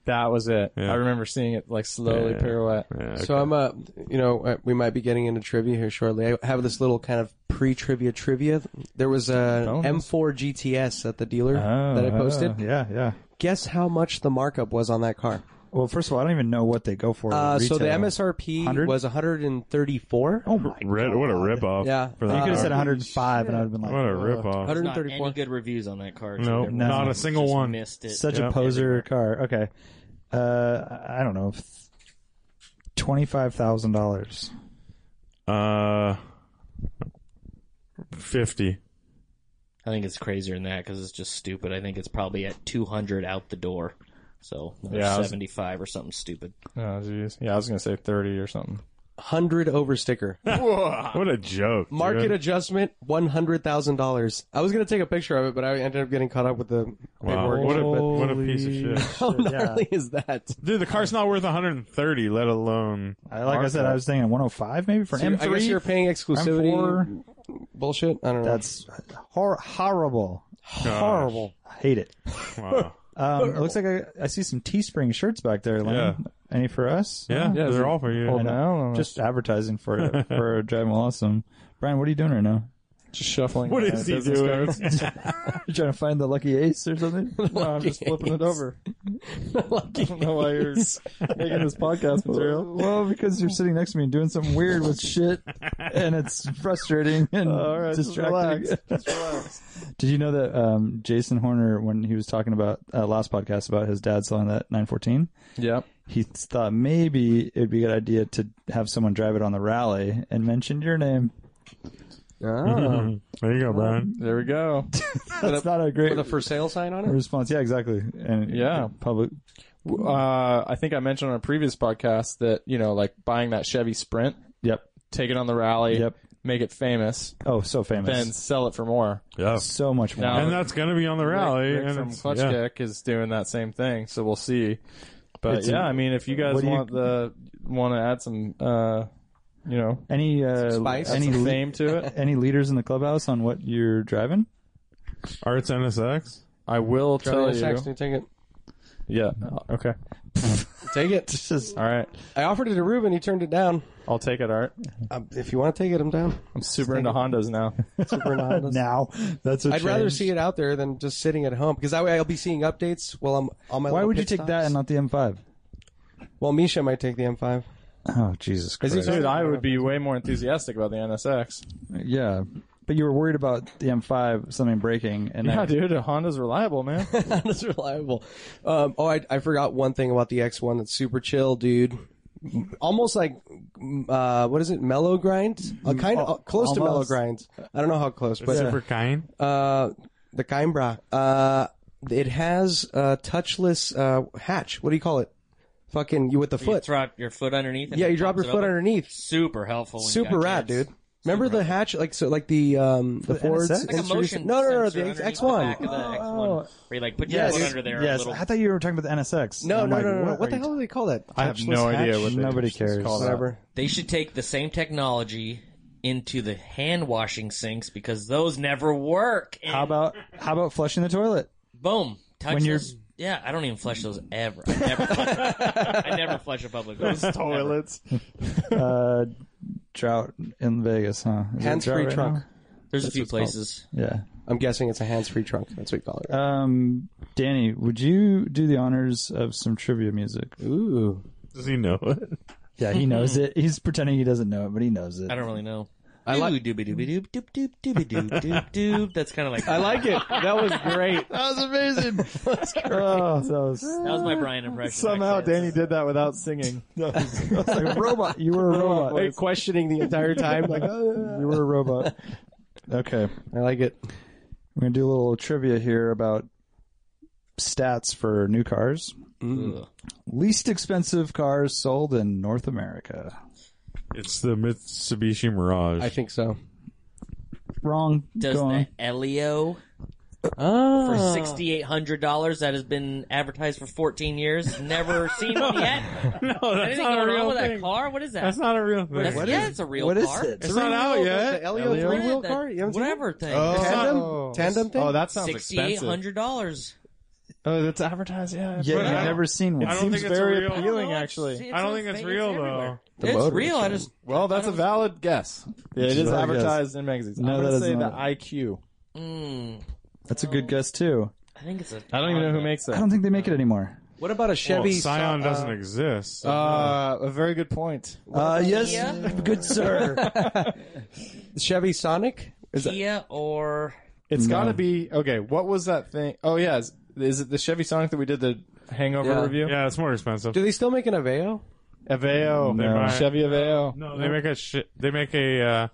that was it. Yeah. I remember seeing it like slowly Yeah. pirouette. Yeah, okay. So I'm uh, you know, uh, we might be getting into trivia here shortly. I have this little kind of pre-trivia trivia. There was a Bonus. M4 GTS at the dealer Oh, that I posted. yeah, yeah. Guess how much the markup was on that car? Well, first of all, I don't even know what they go for. Uh, so the retail. MSRP 100? was 134. Oh my! Red, what a ripoff! Yeah. for You You that could have car. said 105, and I'd have been like, Uh, What a "Ugh." ripoff! There's not 134. any good reviews on that car. No, Everybody not a just single one. Missed it. Such Yep. a poser car. Okay. Uh, I don't know. Twenty-five thousand dollars. Uh, fifty. [LAUGHS] I think it's crazier than that because it's just stupid. I think it's probably at 200 out the door. So another Yeah, I was- 75 or something stupid. Oh jeez. Yeah, I was gonna say thirty or something. 100 over sticker. What a joke! Market dude. adjustment, $100,000. I was going to take a picture of it, but I ended up getting caught up with the Wow, paperwork. what a But what a piece of shit! [LAUGHS] How gnarly is that? Dude, the car's not worth 130, let alone. I, like I said, I was thinking 105 maybe for an I guess you're M3. paying exclusivity M4. bullshit. I don't know. That's hor- horrible. Horrible. I hate it. Wow. Um, it looks like I, I see some Teespring shirts back there. Lane. Yeah. Any for us? Yeah, Yeah, they're so- all for you. Hold I know. on. Just advertising for [LAUGHS] for Driving While Awesome. Brian, what are you doing right now? Just shuffling. What my is he business doing? cards. You trying to find the lucky ace or [LAUGHS] something? No, I'm just flipping it over. I don't know why you're [LAUGHS] making this podcast material. [LAUGHS] Well, because you're sitting next to me and doing something weird with shit, and it's frustrating and all right, just distracting. relax. [LAUGHS] Did you know that um, Jason Horner, when he was talking about uh, last podcast about his dad selling that 914, Yep. he thought maybe it'd be a good idea to have someone drive it on the rally and mention your name. [LAUGHS] Mhm. There you go, Brian. Ah, There we go. That's not a great With a for sale sign on it? response. Yeah, exactly. And Yeah. public. Uh, I think I mentioned on a previous podcast that you know, like buying that Chevy Sprint, Yep. take it on the rally, Yep. make it famous, Oh, so famous. then sell it for more. Yeah. so much more. Now- And that's gonna be on the rally. Rick and from it's- Clutch yeah. Kick is doing that same thing, so we'll see. But It's a- yeah, I mean, if you what guys do you- want the want to add some, uh, you know, any uh, Spice? any some le- fame to it, any leaders in the clubhouse on what you're driving? Arts NSX. I will tell Charlie you. Saxton, take it. Yeah. Okay. Take it. This is All right. I offered it to Ruben. He turned it down. I'll take it, Art. Um, if you want to take it, I'm down. I'm super into Hondas now. Super novelist. [LAUGHS] now. That's a Uh, I'd rather change. see it out there than just sitting at home because that way I'll be seeing updates while I'm on my. Why little would you pit take that stops. and not the M5? well, Misha might take the M5. [LAUGHS] Oh Jesus Christ! Dude, I would be way more enthusiastic about the NSX. Yeah, but you were worried about the M5 something breaking, and Yeah, that- dude, a Honda's reliable, [LAUGHS] man. That's reliable. Um, oh, I, I forgot one thing about the X1 that's super chill, dude. Almost like, uh, what is it? Mellow grind? Uh, kind of uh, close to mellow Mm, almost. grind. I don't know how close, but Super kind. uh, the Coimbra. Uh, It has a touchless uh, hatch. What do you call it? Fucking you with the You foot. throw your foot underneath. And yeah, it you drop your pops it foot open. underneath. Super helpful. When you Super got rad, kids. dude. Remember the hatch, like so, like the um the, The Ford's NSX? Like Like a introduced- motion No, no, no, sensor the underneath X the one. back of the Oh. X1, where you like put your Yes, foot under there. yes. A little, I thought you were talking about the NSX. No, I'm no, like, no, no. What, are the you hell do they call that? I have Touchless no idea hatch? what they Nobody touchless cares. call that. Whatever. they should take the same technology into the hand washing sinks because those never work. And How about how about flushing the toilet? boom? Touch When you're- Yeah, I don't even flush those ever. I never, [LAUGHS] I never flush a public those Toilets. Uh, drought in Vegas, huh? Is it Hands free drought right trunk. There's a few places. now? I'm guessing it's a hands free trunk. That's what you call it. Yeah. Um, Danny, would you do the honors of some trivia music? Ooh. Does he know it? Yeah, he knows it. He's pretending he doesn't know it, but he knows it. I don't really know. I like doobie doobie doob doop doop doobie doop doop doop. That's kind of like I like it. That was great. That was amazing. oh, that [LAUGHS] was that was my Brian impression. Somehow actually. Danny did that without singing. like a robot. You Oh, were a robot. Wait, questioning the entire time. Like, uh, You were a robot. Okay. I like it. We're going to do a little trivia here about stats for new cars. Mm, Ugh. Least expensive cars sold in North America. It's the Mitsubishi Mirage. [LAUGHS] I think so. Wrong. Does Go on. the Elio Oh. for sixty eight hundred dollars that has been advertised for fourteen years never seen one yet? no, that's Anything not a going on real with thing. that car? What is that? That's not a real thing. That's- yeah, it's a real what is car. it? It's not out The yet. Elio Elio? three wheel That- car? You haven't seen Whatever thing. it? Tandem? Tandem thing? Oh, that sounds Sixty eight expensive. hundred dollars. Oh, that's advertised. Yeah. Yeah, But I you've don't- never seen I one. don't Seems think it's a very real- appealing. Feeling, actually. I don't think it's real, though. though. It's motor real. I just Well, that's a valid guess. Yeah, it is Valid advertised in magazines. No, I'm that gonna is say not. the IQ. mm, That's a good guess too. I think it's a. I don't even know who makes I that. don't think they make it anymore. What about a Well, Chevy? Oh, Scion uh, doesn't exist. so- Uh, a very good point. Uh, yes, Yeah. good sir. [LAUGHS] Chevy Sonic? Is that, Kia or It's No. got to be okay. What was that thing? Oh yeah, is, is it the Chevy Sonic that we did the Hangover Yeah. review? yeah, it's more expensive. do they still make an Aveo? Aveo, No. might- Chevy Aveo. no, they make a shi They make a uh,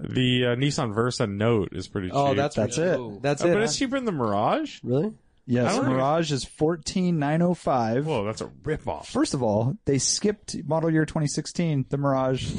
the uh, Nissan Versa Note is pretty cheap. Oh, that's That's ridiculous. it. That's Uh, it. but it's cheaper than the Mirage. really? yes, don't think- Mirage is fourteen nine oh five. Whoa, that's a ripoff. First of all, they skipped model year 2016, the Mirage. [LAUGHS] [LAUGHS]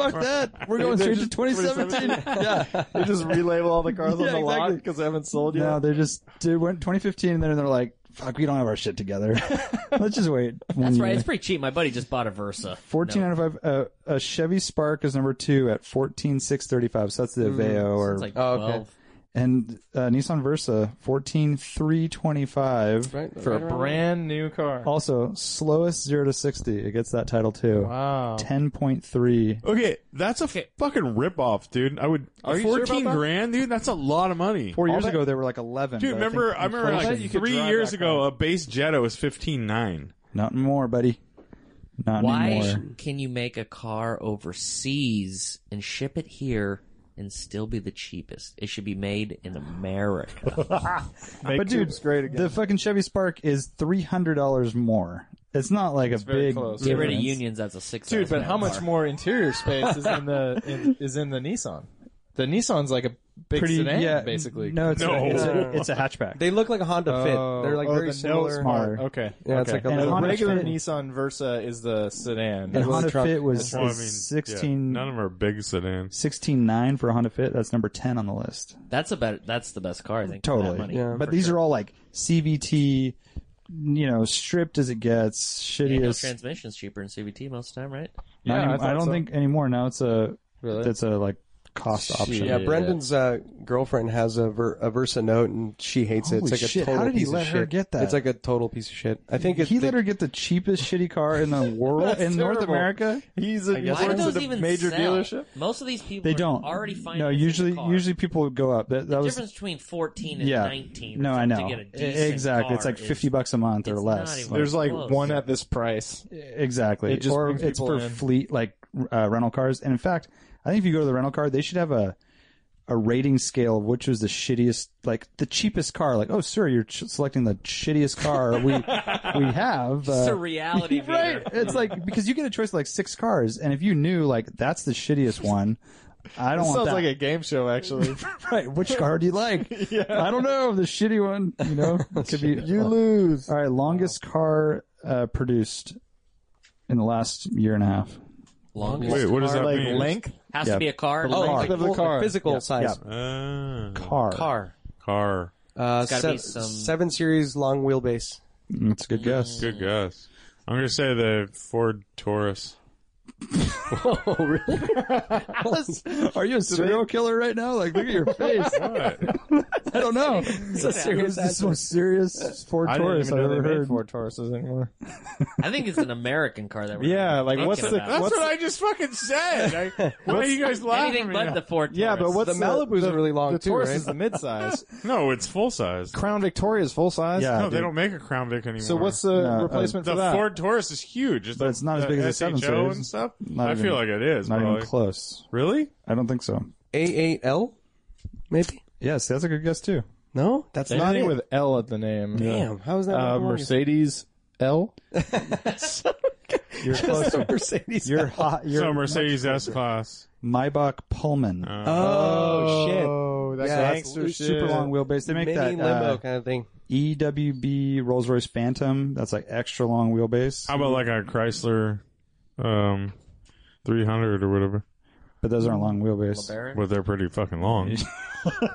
Fuck that. We're going straight to 2017. yeah. They just relabel all the [LAUGHS] cars on Yeah, the lot exactly. because they haven't sold yet. No, they just they went 2015 and then they're like, fuck, we don't have our shit together. [LAUGHS] Let's just wait. One that's year. right. It's pretty cheap. My buddy just bought a Versa. 14 out of 5. Uh, a Chevy Spark is number two at 14635. So that's the Aveo or It's like Oh, okay. twelve. and uh, Nissan Versa 14325. Right? for a right around- brand new car. Also, slowest 0 to 60. It gets that title too. Wow. 10.3. Okay, that's a fucking ripoff, dude. I would Are you sure about fourteen that? grand, dude. That's a lot of money. Four years that- ago, they were like 11. Dude, but remember? think I, remember inflation- like you could three drive years that ago, a base Jetta was fifteen nine. Not anymore, buddy. Not Why anymore. can you make a car overseas and ship it here and still be the cheapest? It should be made in America. But dude, great again. the fucking Chevy Spark is three hundred dollars more. It's not like a very big. close. Get rid of difference. unions. That's a six. Dude, but how much car. more interior space is in [LAUGHS] the in, is in the Nissan? The Nissan's like a big Pretty, sedan, yeah, basically. No, it's, No. A, it's, a, it's a [LAUGHS] hatchback. They look like a Honda Fit. They're like oh, very the similar. Nose part. Are- Okay, Yeah, it's okay. like a And little the Honda regular Fit- Nissan Versa is the sedan. and Honda truck. Fit was, Well, I is mean, yeah, 16, none of them are big sedans. 16.9 for a Honda Fit. That's number ten on the list. That's about. That's the best car. I think. for that Totally. money. Yeah. but these are all like CVT. You know, stripped as it gets, Yeah, no shittiest. transmission's cheaper in CVT most of the time, right? Yeah, Not I any- thought I, don't so. think anymore. Now it's a. Really? That's a like cost option. Yeah, Brendan's uh, girlfriend has a, ver- a Versa note, and she hates it. It's Holy like a shit, total how did he piece let of her shit. get that? It's like a total piece of shit. I think it's he the- let her get the cheapest shitty car in the [LAUGHS] world in North terrible. America. He's a, he guess Why do works those at a even major sell? dealership. Most of these people They are don't already find No, usually usually people would go up. That, that the was difference between fourteen and yeah. nineteen. no, I know E, To get a decent exactly. It's car like is- fifty bucks a month or it's less. not even- Like, There's like Close. one at this price. exactly, It just or brings it's people for in. fleet like uh, rental cars. And in fact, I think if you go to the rental car, they should have a a rating scale of which was the shittiest, like the cheapest car. Like, oh, sir, you're ch- selecting the shittiest car we [LAUGHS] we have. It's Uh, a [LAUGHS] reality meter. Right. It's like because you get a choice of like six cars, and if you knew like that's the shittiest one, I don't Sounds want that. like a game show, actually. right. Which car do you [LAUGHS] like? I don't know. The shitty one, you [LAUGHS] know, could be. You lose. All right. Longest car uh, produced in the last year and a half. Longest Wait, what does Or that like mean? length? has Yeah. Oh, to be a car. oh, The length Like, of the car. physical size. Yeah. Ah. Car. Car. Car. Uh, gotta sev- be some- seven series long wheelbase. Mm, That's a good [LAUGHS] guess. Good guess. I'm gonna say the Ford Taurus. Oh, really? Are you a serial killer right now? Like, look at [LAUGHS] your face. [LAUGHS] What? I don't know. It's a serious This is the most serious Ford I didn't Taurus even I've know they ever made heard. Ford Tauruses anymore. I think it's an American car that we're Yeah, like, what's thinking the- about. what's- I just fucking said. [LAUGHS] I, why are you guys anything but the Ford? Yeah, but Taurus. what's The Malibu's the, really long The too, Taurus right? is the midsize. No, it's full size. Crown Victoria's full size. Yeah. No, dude. they don't make a Crown Vic anymore. So what's the No, uh, replacement the for that? Ford Taurus is huge, it's But the- it's not as the big as the 7 SHO Series. and stuff. Not I even- feel like it is. Not even probably. close. Really? I don't think so. A8L? Maybe? Yes, that's a good guess too. No? That's not Anything it. with L at the name. Damn, how is that? not Uh, the longest? Mercedes L. [LAUGHS] You're close. to- [LAUGHS] Mercedes. You're hot. You're so Mercedes S class. Maybach Pullman. [LAUGHS] oh, shit. Oh, that's Yeah, that's gangster shit. super long wheelbase. They make Mini that limo uh, kind of thing. EWB Rolls Royce Phantom. That's like extra long wheelbase. How about like a Chrysler, um, 300 or whatever? But those aren't long wheelbase. LeBaron? Well, they're pretty [LAUGHS] fucking long.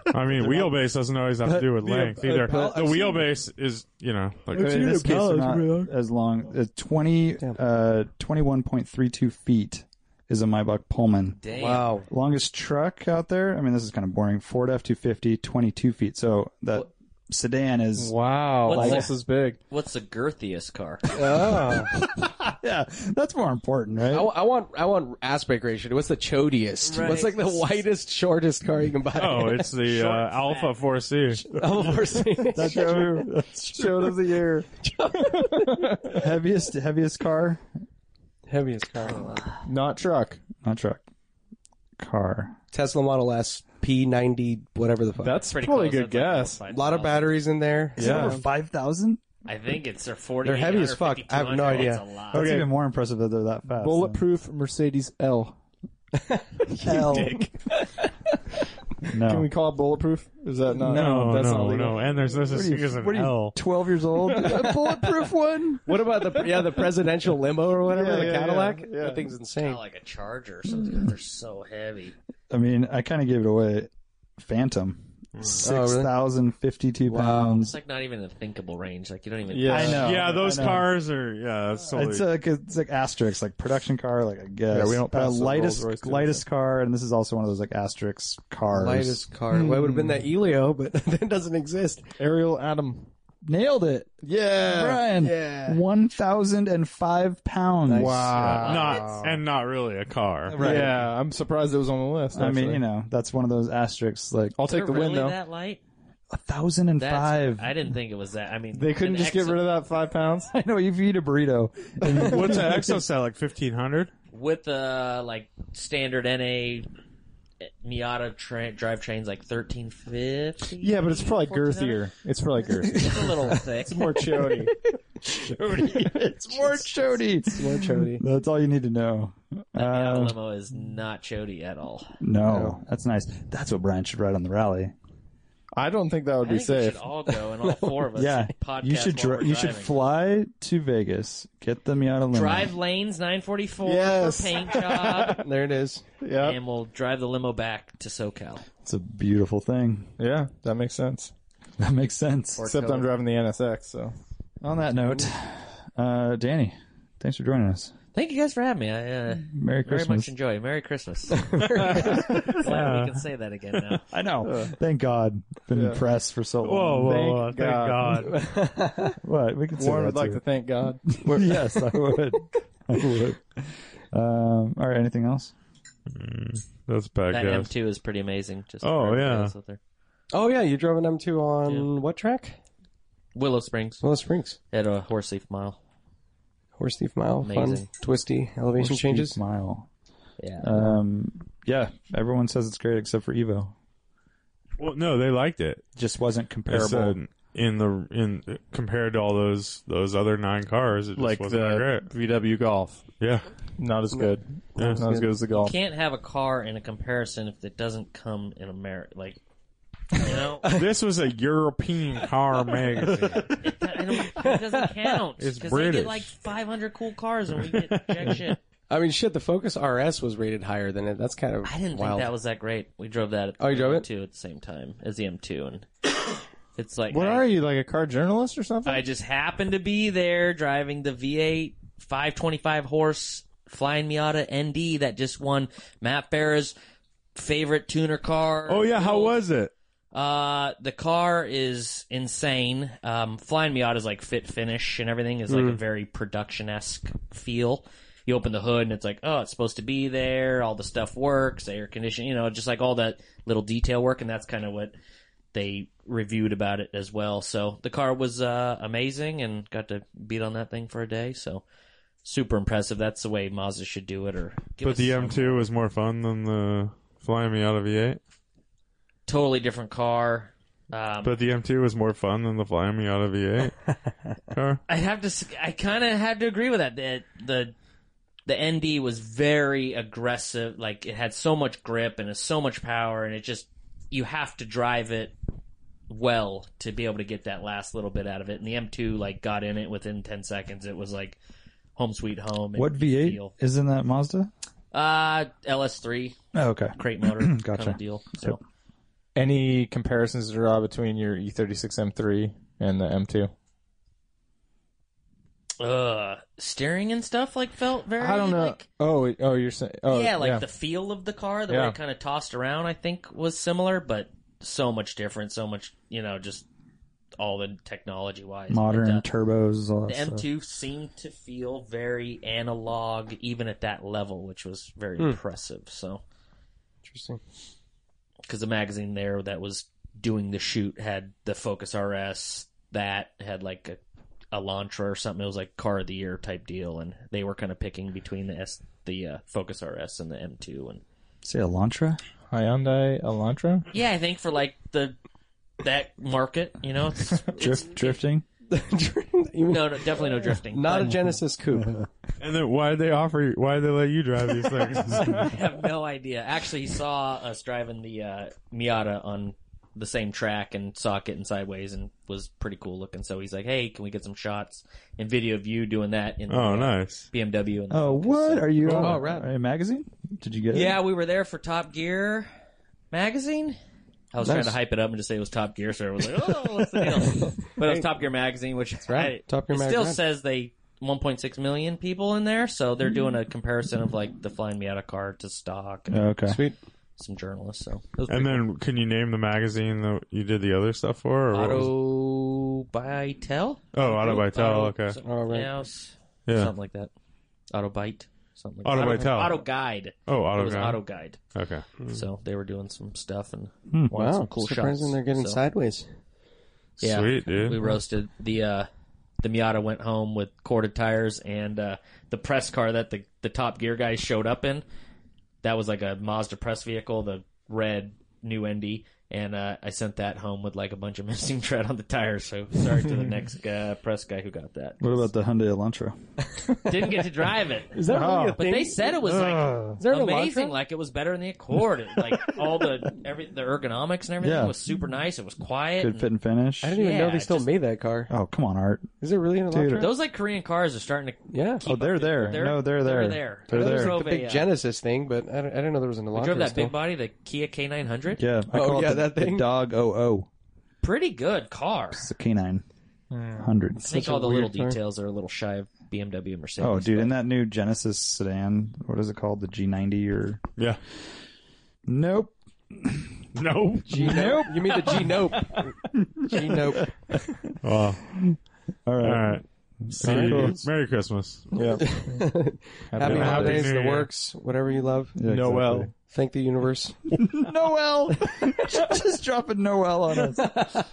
I mean, wheelbase doesn't always have to do with length either. the wheelbase is, you know, like But in this case, they're not as long. Uh, 20, uh, 21.32 feet is a Maybach Pullman. Damn. Wow. Longest truck out there. I mean, this is kind of boring. Ford F-250, 22 feet. So that sedan is Wow, What's almost that? as big. What's the girthiest car? [LAUGHS] yeah. That's more important, right? I, I want I want aspect ratio. What's the chodiest? Right. What's like [LAUGHS] the widest, shortest car you can buy? [LAUGHS] oh, it's the uh, Alpha 4C. [LAUGHS] Of course. [LAUGHS] That's true. [LAUGHS] That's true. Show of the year. [LAUGHS] heaviest heaviest car, heaviest car. Not truck. not truck, car. Tesla Model S P90, whatever the fuck. That's Pretty probably a close. good That's guess. like a lot of batteries in there. Yeah. Over five thousand. I think it's their 40. They're heavy as fuck. I have no 800, idea. It's a lot. That's even more impressive that they're that fast. Bulletproof Mercedes L. Hell. No. Can we call it bulletproof? Is that not? No, that's not Oh, no, legal. no. And there's no such thing as an what are you, L. Twelve years [LAUGHS] old. A bulletproof one. What about the yeah the presidential limo or whatever Yeah, the yeah, Cadillac? yeah, yeah. That thing's Kinda insane. like a Charger or something. They're so heavy. I mean, I kind of gave it away. Phantom. Oh, Six thousand fifty-two It's pounds. like not even a thinkable range. Like you don't even. Yeah. I know. Yeah, those I know. cars are, yeah, that's totally. It's like it's like asterisks, like production car, like I guess. Yeah, we don't uh, pass the lightest Rolls-Royce, do we? lightest car, and this is also one of those like asterisk cars. Lightest car. Well, it would have been that Elio, but [LAUGHS] that doesn't exist. Ariel Adam. Nailed it. Oh, Yeah. Brian, yeah. 1,005 pounds. Wow. not, and not really a car. [LAUGHS] Right. Yeah, I'm surprised it was on the list. I mean, actually. you know, that's one of those asterisks. Like, I'll take They're the really win though. that light? That's, 1,005. I didn't think it was that. I mean, They couldn't an just get exo- rid of that five [LAUGHS] pounds. [LAUGHS] I know, if you eat a burrito. What's an exocet, like 1500? with uh like standard NA Miata tra- drivetrains like thirteen fifty. Yeah, but it's probably girthier. It's probably [LAUGHS] girthier. it's a little [LAUGHS] thick. More chody. it's more chody. More [LAUGHS] chody. That's all you need to know. Miata Uh, limo is not chody at all. no, that's nice. That's what Brian should ride on the rally. I don't think that would I be think we safe. should all go and all four of us. Yeah, podcast you should while dri- we're you should driving. fly to Vegas, get the Miata limo. Drive lanes nine forty four Yes. for paint job, There it is. Yeah, and we'll drive the limo back to SoCal. It's a beautiful thing. [LAUGHS] yeah, that makes sense. That makes sense. Except I'm driving the NSX, so On that note, uh, Danny, thanks for joining us. Thank you guys for having me. I uh, very Merry Christmas. much enjoy. Merry Christmas. [LAUGHS] Glad we can say that again now. I know. Uh, Thank God. Been impressed for so long. Whoa, whoa, Thank whoa, thank God. God. What? We can say Warren that would like too. to thank God. [LAUGHS] yes, I would. [LAUGHS] I would. Um, all right. Anything else? That's a bad That guess. M2 is pretty amazing. Just Oh, for everybody yeah. else out there. Oh yeah, you drove an M2 on what track? Willow Springs Willow Springs. at a horse thief mile. Horse Thief Mile. Fun, Amazing. twisty, elevation changes. Smile. Yeah. Um, yeah. Everyone says it's great except for Evo. Well, no, they liked it. Just wasn't They comparable. said- in the in compared to all those those other nine cars. It just like wasn't that the great. VW Golf. Yeah, Not as good. Not as good as the Golf. Can't have a car in a comparison if it doesn't come in a merit. Like, you know, it, this was a European [LAUGHS] car magazine. I don't- it doesn't count. It's 'cause They British. get like 500 cool cars and we get jack shit. I mean, shit. The Focus RS was rated higher than it. That's kind of I didn't wild. think that was that great. We drove that. At the Oh, you drove it? M2 at the same time as the M2, and it's like What I, are you like a car journalist or something? I just happened to be there driving the V8 525 horse flying Miata ND that just won Matt Farah's favorite tuner car. oh yeah, how Gold. was it? Uh, the car is insane. Um, Flying Miata is like fit finish and everything is like a very production esque feel. You open the hood and it's like, oh, it's supposed to be there. All the stuff works, air conditioning, you know, just like all that little detail work. And that's kind of what they reviewed about it as well. So the car was, uh, amazing and got to beat on that thing for a day. So super impressive. That's the way Mazda should do it or give But us the some- M2 was more fun than the Flying Me Out of E V8. totally different car. Um, But the M2 was more fun than the Flying Me Out of V8 car. I have to. s- I kind of had to agree with that. The, the the ND was very aggressive. Like it had so much grip and it's so much power, and it just you have to drive it well to be able to get that last little bit out of it. And the M2 like got in it within ten seconds. It was like home sweet home. and What V8 deal. is in that Mazda? Uh, LS3 Oh, okay. crate [CLEARS THROAT] motor Gotcha. kind of deal. So Any comparisons to draw between your E E36 M3 and the M2? uh, steering and stuff like felt very. I don't know. like, oh, oh, you're saying. Oh, yeah, like the feel of the car, the way Yeah. it kind of tossed around, I think was similar, but so much different, so much, you know, just all the technology wise. uh, Modern turbos, all The that stuff. M2 seemed to feel very analog, even at that level, which was very impressive. So, interesting. [LAUGHS] because the magazine there that was doing the shoot had the Focus RS, that had like a Elantra or something. It was like car of the year type deal, and they were kind of picking between the S, the uh, Focus RS and the M2, and Say Elantra? Hyundai Elantra. Yeah, I think for like the that market, you know, [LAUGHS] it's, Drift, drifting? Even- no, no, definitely no drifting. not [LAUGHS] a Genesis coupe. And then why did they offer? You, why did they let you drive these things? I have no idea. Actually, he saw us driving the uh, Miata on the same track and saw it getting sideways and was pretty cool looking. So he's like, "Hey, can we get some shots and video of you doing that in oh, the, uh, [LAUGHS] nice. BMW?" And Oh, what? Are you Oh, on rad. a magazine? Did you get it? yeah, we were there for Top Gear magazine. I was trying to hype it up and just say it was Top Gear, so I was like, "Oh, what's [LAUGHS] the deal?" But it was Top Gear magazine, which right. I- Top Gear it still magazine. says they 1.6 million people in there, so they're doing a comparison of like the flying Miata car to stock and Oh, okay. Sweet. some journalists. So it was pretty And then, can you name the magazine that you did the other stuff for? Or cool. what was- Auto by Tel. oh, Autobytel. Auto- Okay, something All Oh, right. else, yeah. something like that. Auto Bite. Something like Auto that. Bytel. Auto Guide. Oh, It was Autoguide. Auto Guide. okay. Hmm. So they were doing some stuff and Hmm. Wow. some cool Surprising shots. they're getting So- sideways. Yeah. Sweet, We dude. roasted the uh, the Miata went home with corded tires and uh, the press car that the the Top Gear guys showed up in. That was like a Mazda press vehicle, the red new ND, and uh, I sent that home with like a bunch of [LAUGHS] missing tread on the tires. So sorry [LAUGHS] to the next uh, press guy who got that. What about the Hyundai Elantra? Didn't get to drive it. Is that really a But thing? they said it was like Is there an amazing, Elantra? like it was better than the Accord. It, like all the every the ergonomics and everything Yeah. was super nice. It was quiet. Good and fit and finish? I didn't even know Yeah, they still just- made that car. Oh, come on, Art. Is it really an Elantra? Those like Korean cars are starting to yeah. Oh, they're there. no, they're They're there. there. They're Those there. are The Drove big a, uh, Genesis thing, but I, don't- I didn't know there was an Elantra. I drove that still. big body, the Kia K900. Yeah. I Oh, call yeah, it the, that thing. The dog OO. Pretty good car. It's a canine. Hmm. Hundred. I think such a all the little weird car. details are a little shy of BMW and Mercedes. Oh, dude, but in that new Genesis sedan, what is it called? The G90 or [LAUGHS] Yeah. Nope. No. G nope. You mean [LAUGHS] the G nope? G nope. Wow. All All right. right. See All right, you. dudes. Merry Christmas. Yeah. Happy New Year. holidays, Happy New the Year. works, whatever you love. Noel. Thank the universe. [LAUGHS] [LAUGHS] Noel. Just dropping Noel on us.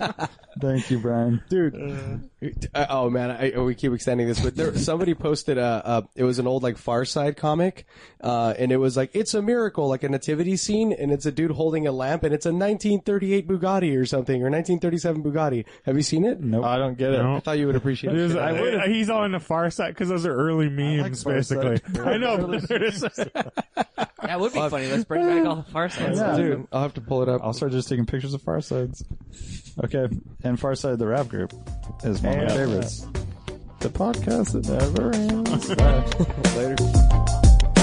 Thank you, Brian. dude. Uh, oh man, I, we keep extending this, but there, somebody posted a, a. It was an old like Far Side comic, uh, and it was like it's a miracle, like a nativity scene, and it's a dude holding a lamp, and it's a 1938 Bugatti or something, or 1937 Bugatti. Have you seen it? Nope. I don't get it. I thought you would appreciate It it. is- I- he's on the far side because those are early memes, Far Side. basically. I know, but they're [LAUGHS] just- That would be funny. Let's bring back all the far [LAUGHS] sides. Yeah. Dude, I'll have to pull it up. I'll start just taking pictures of Farsides. Okay, and Farside the rap group is one of my favorites. The podcast that never ends. later.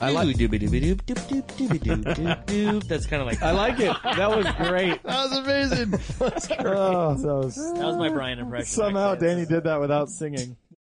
I like doobie doobie doop doop doop doobie doop doop doop. That's kind of like I like it. That was great. Oh, that was- That was my Brian impression. Oh, [LAUGHS] somehow actually. Danny did that without singing.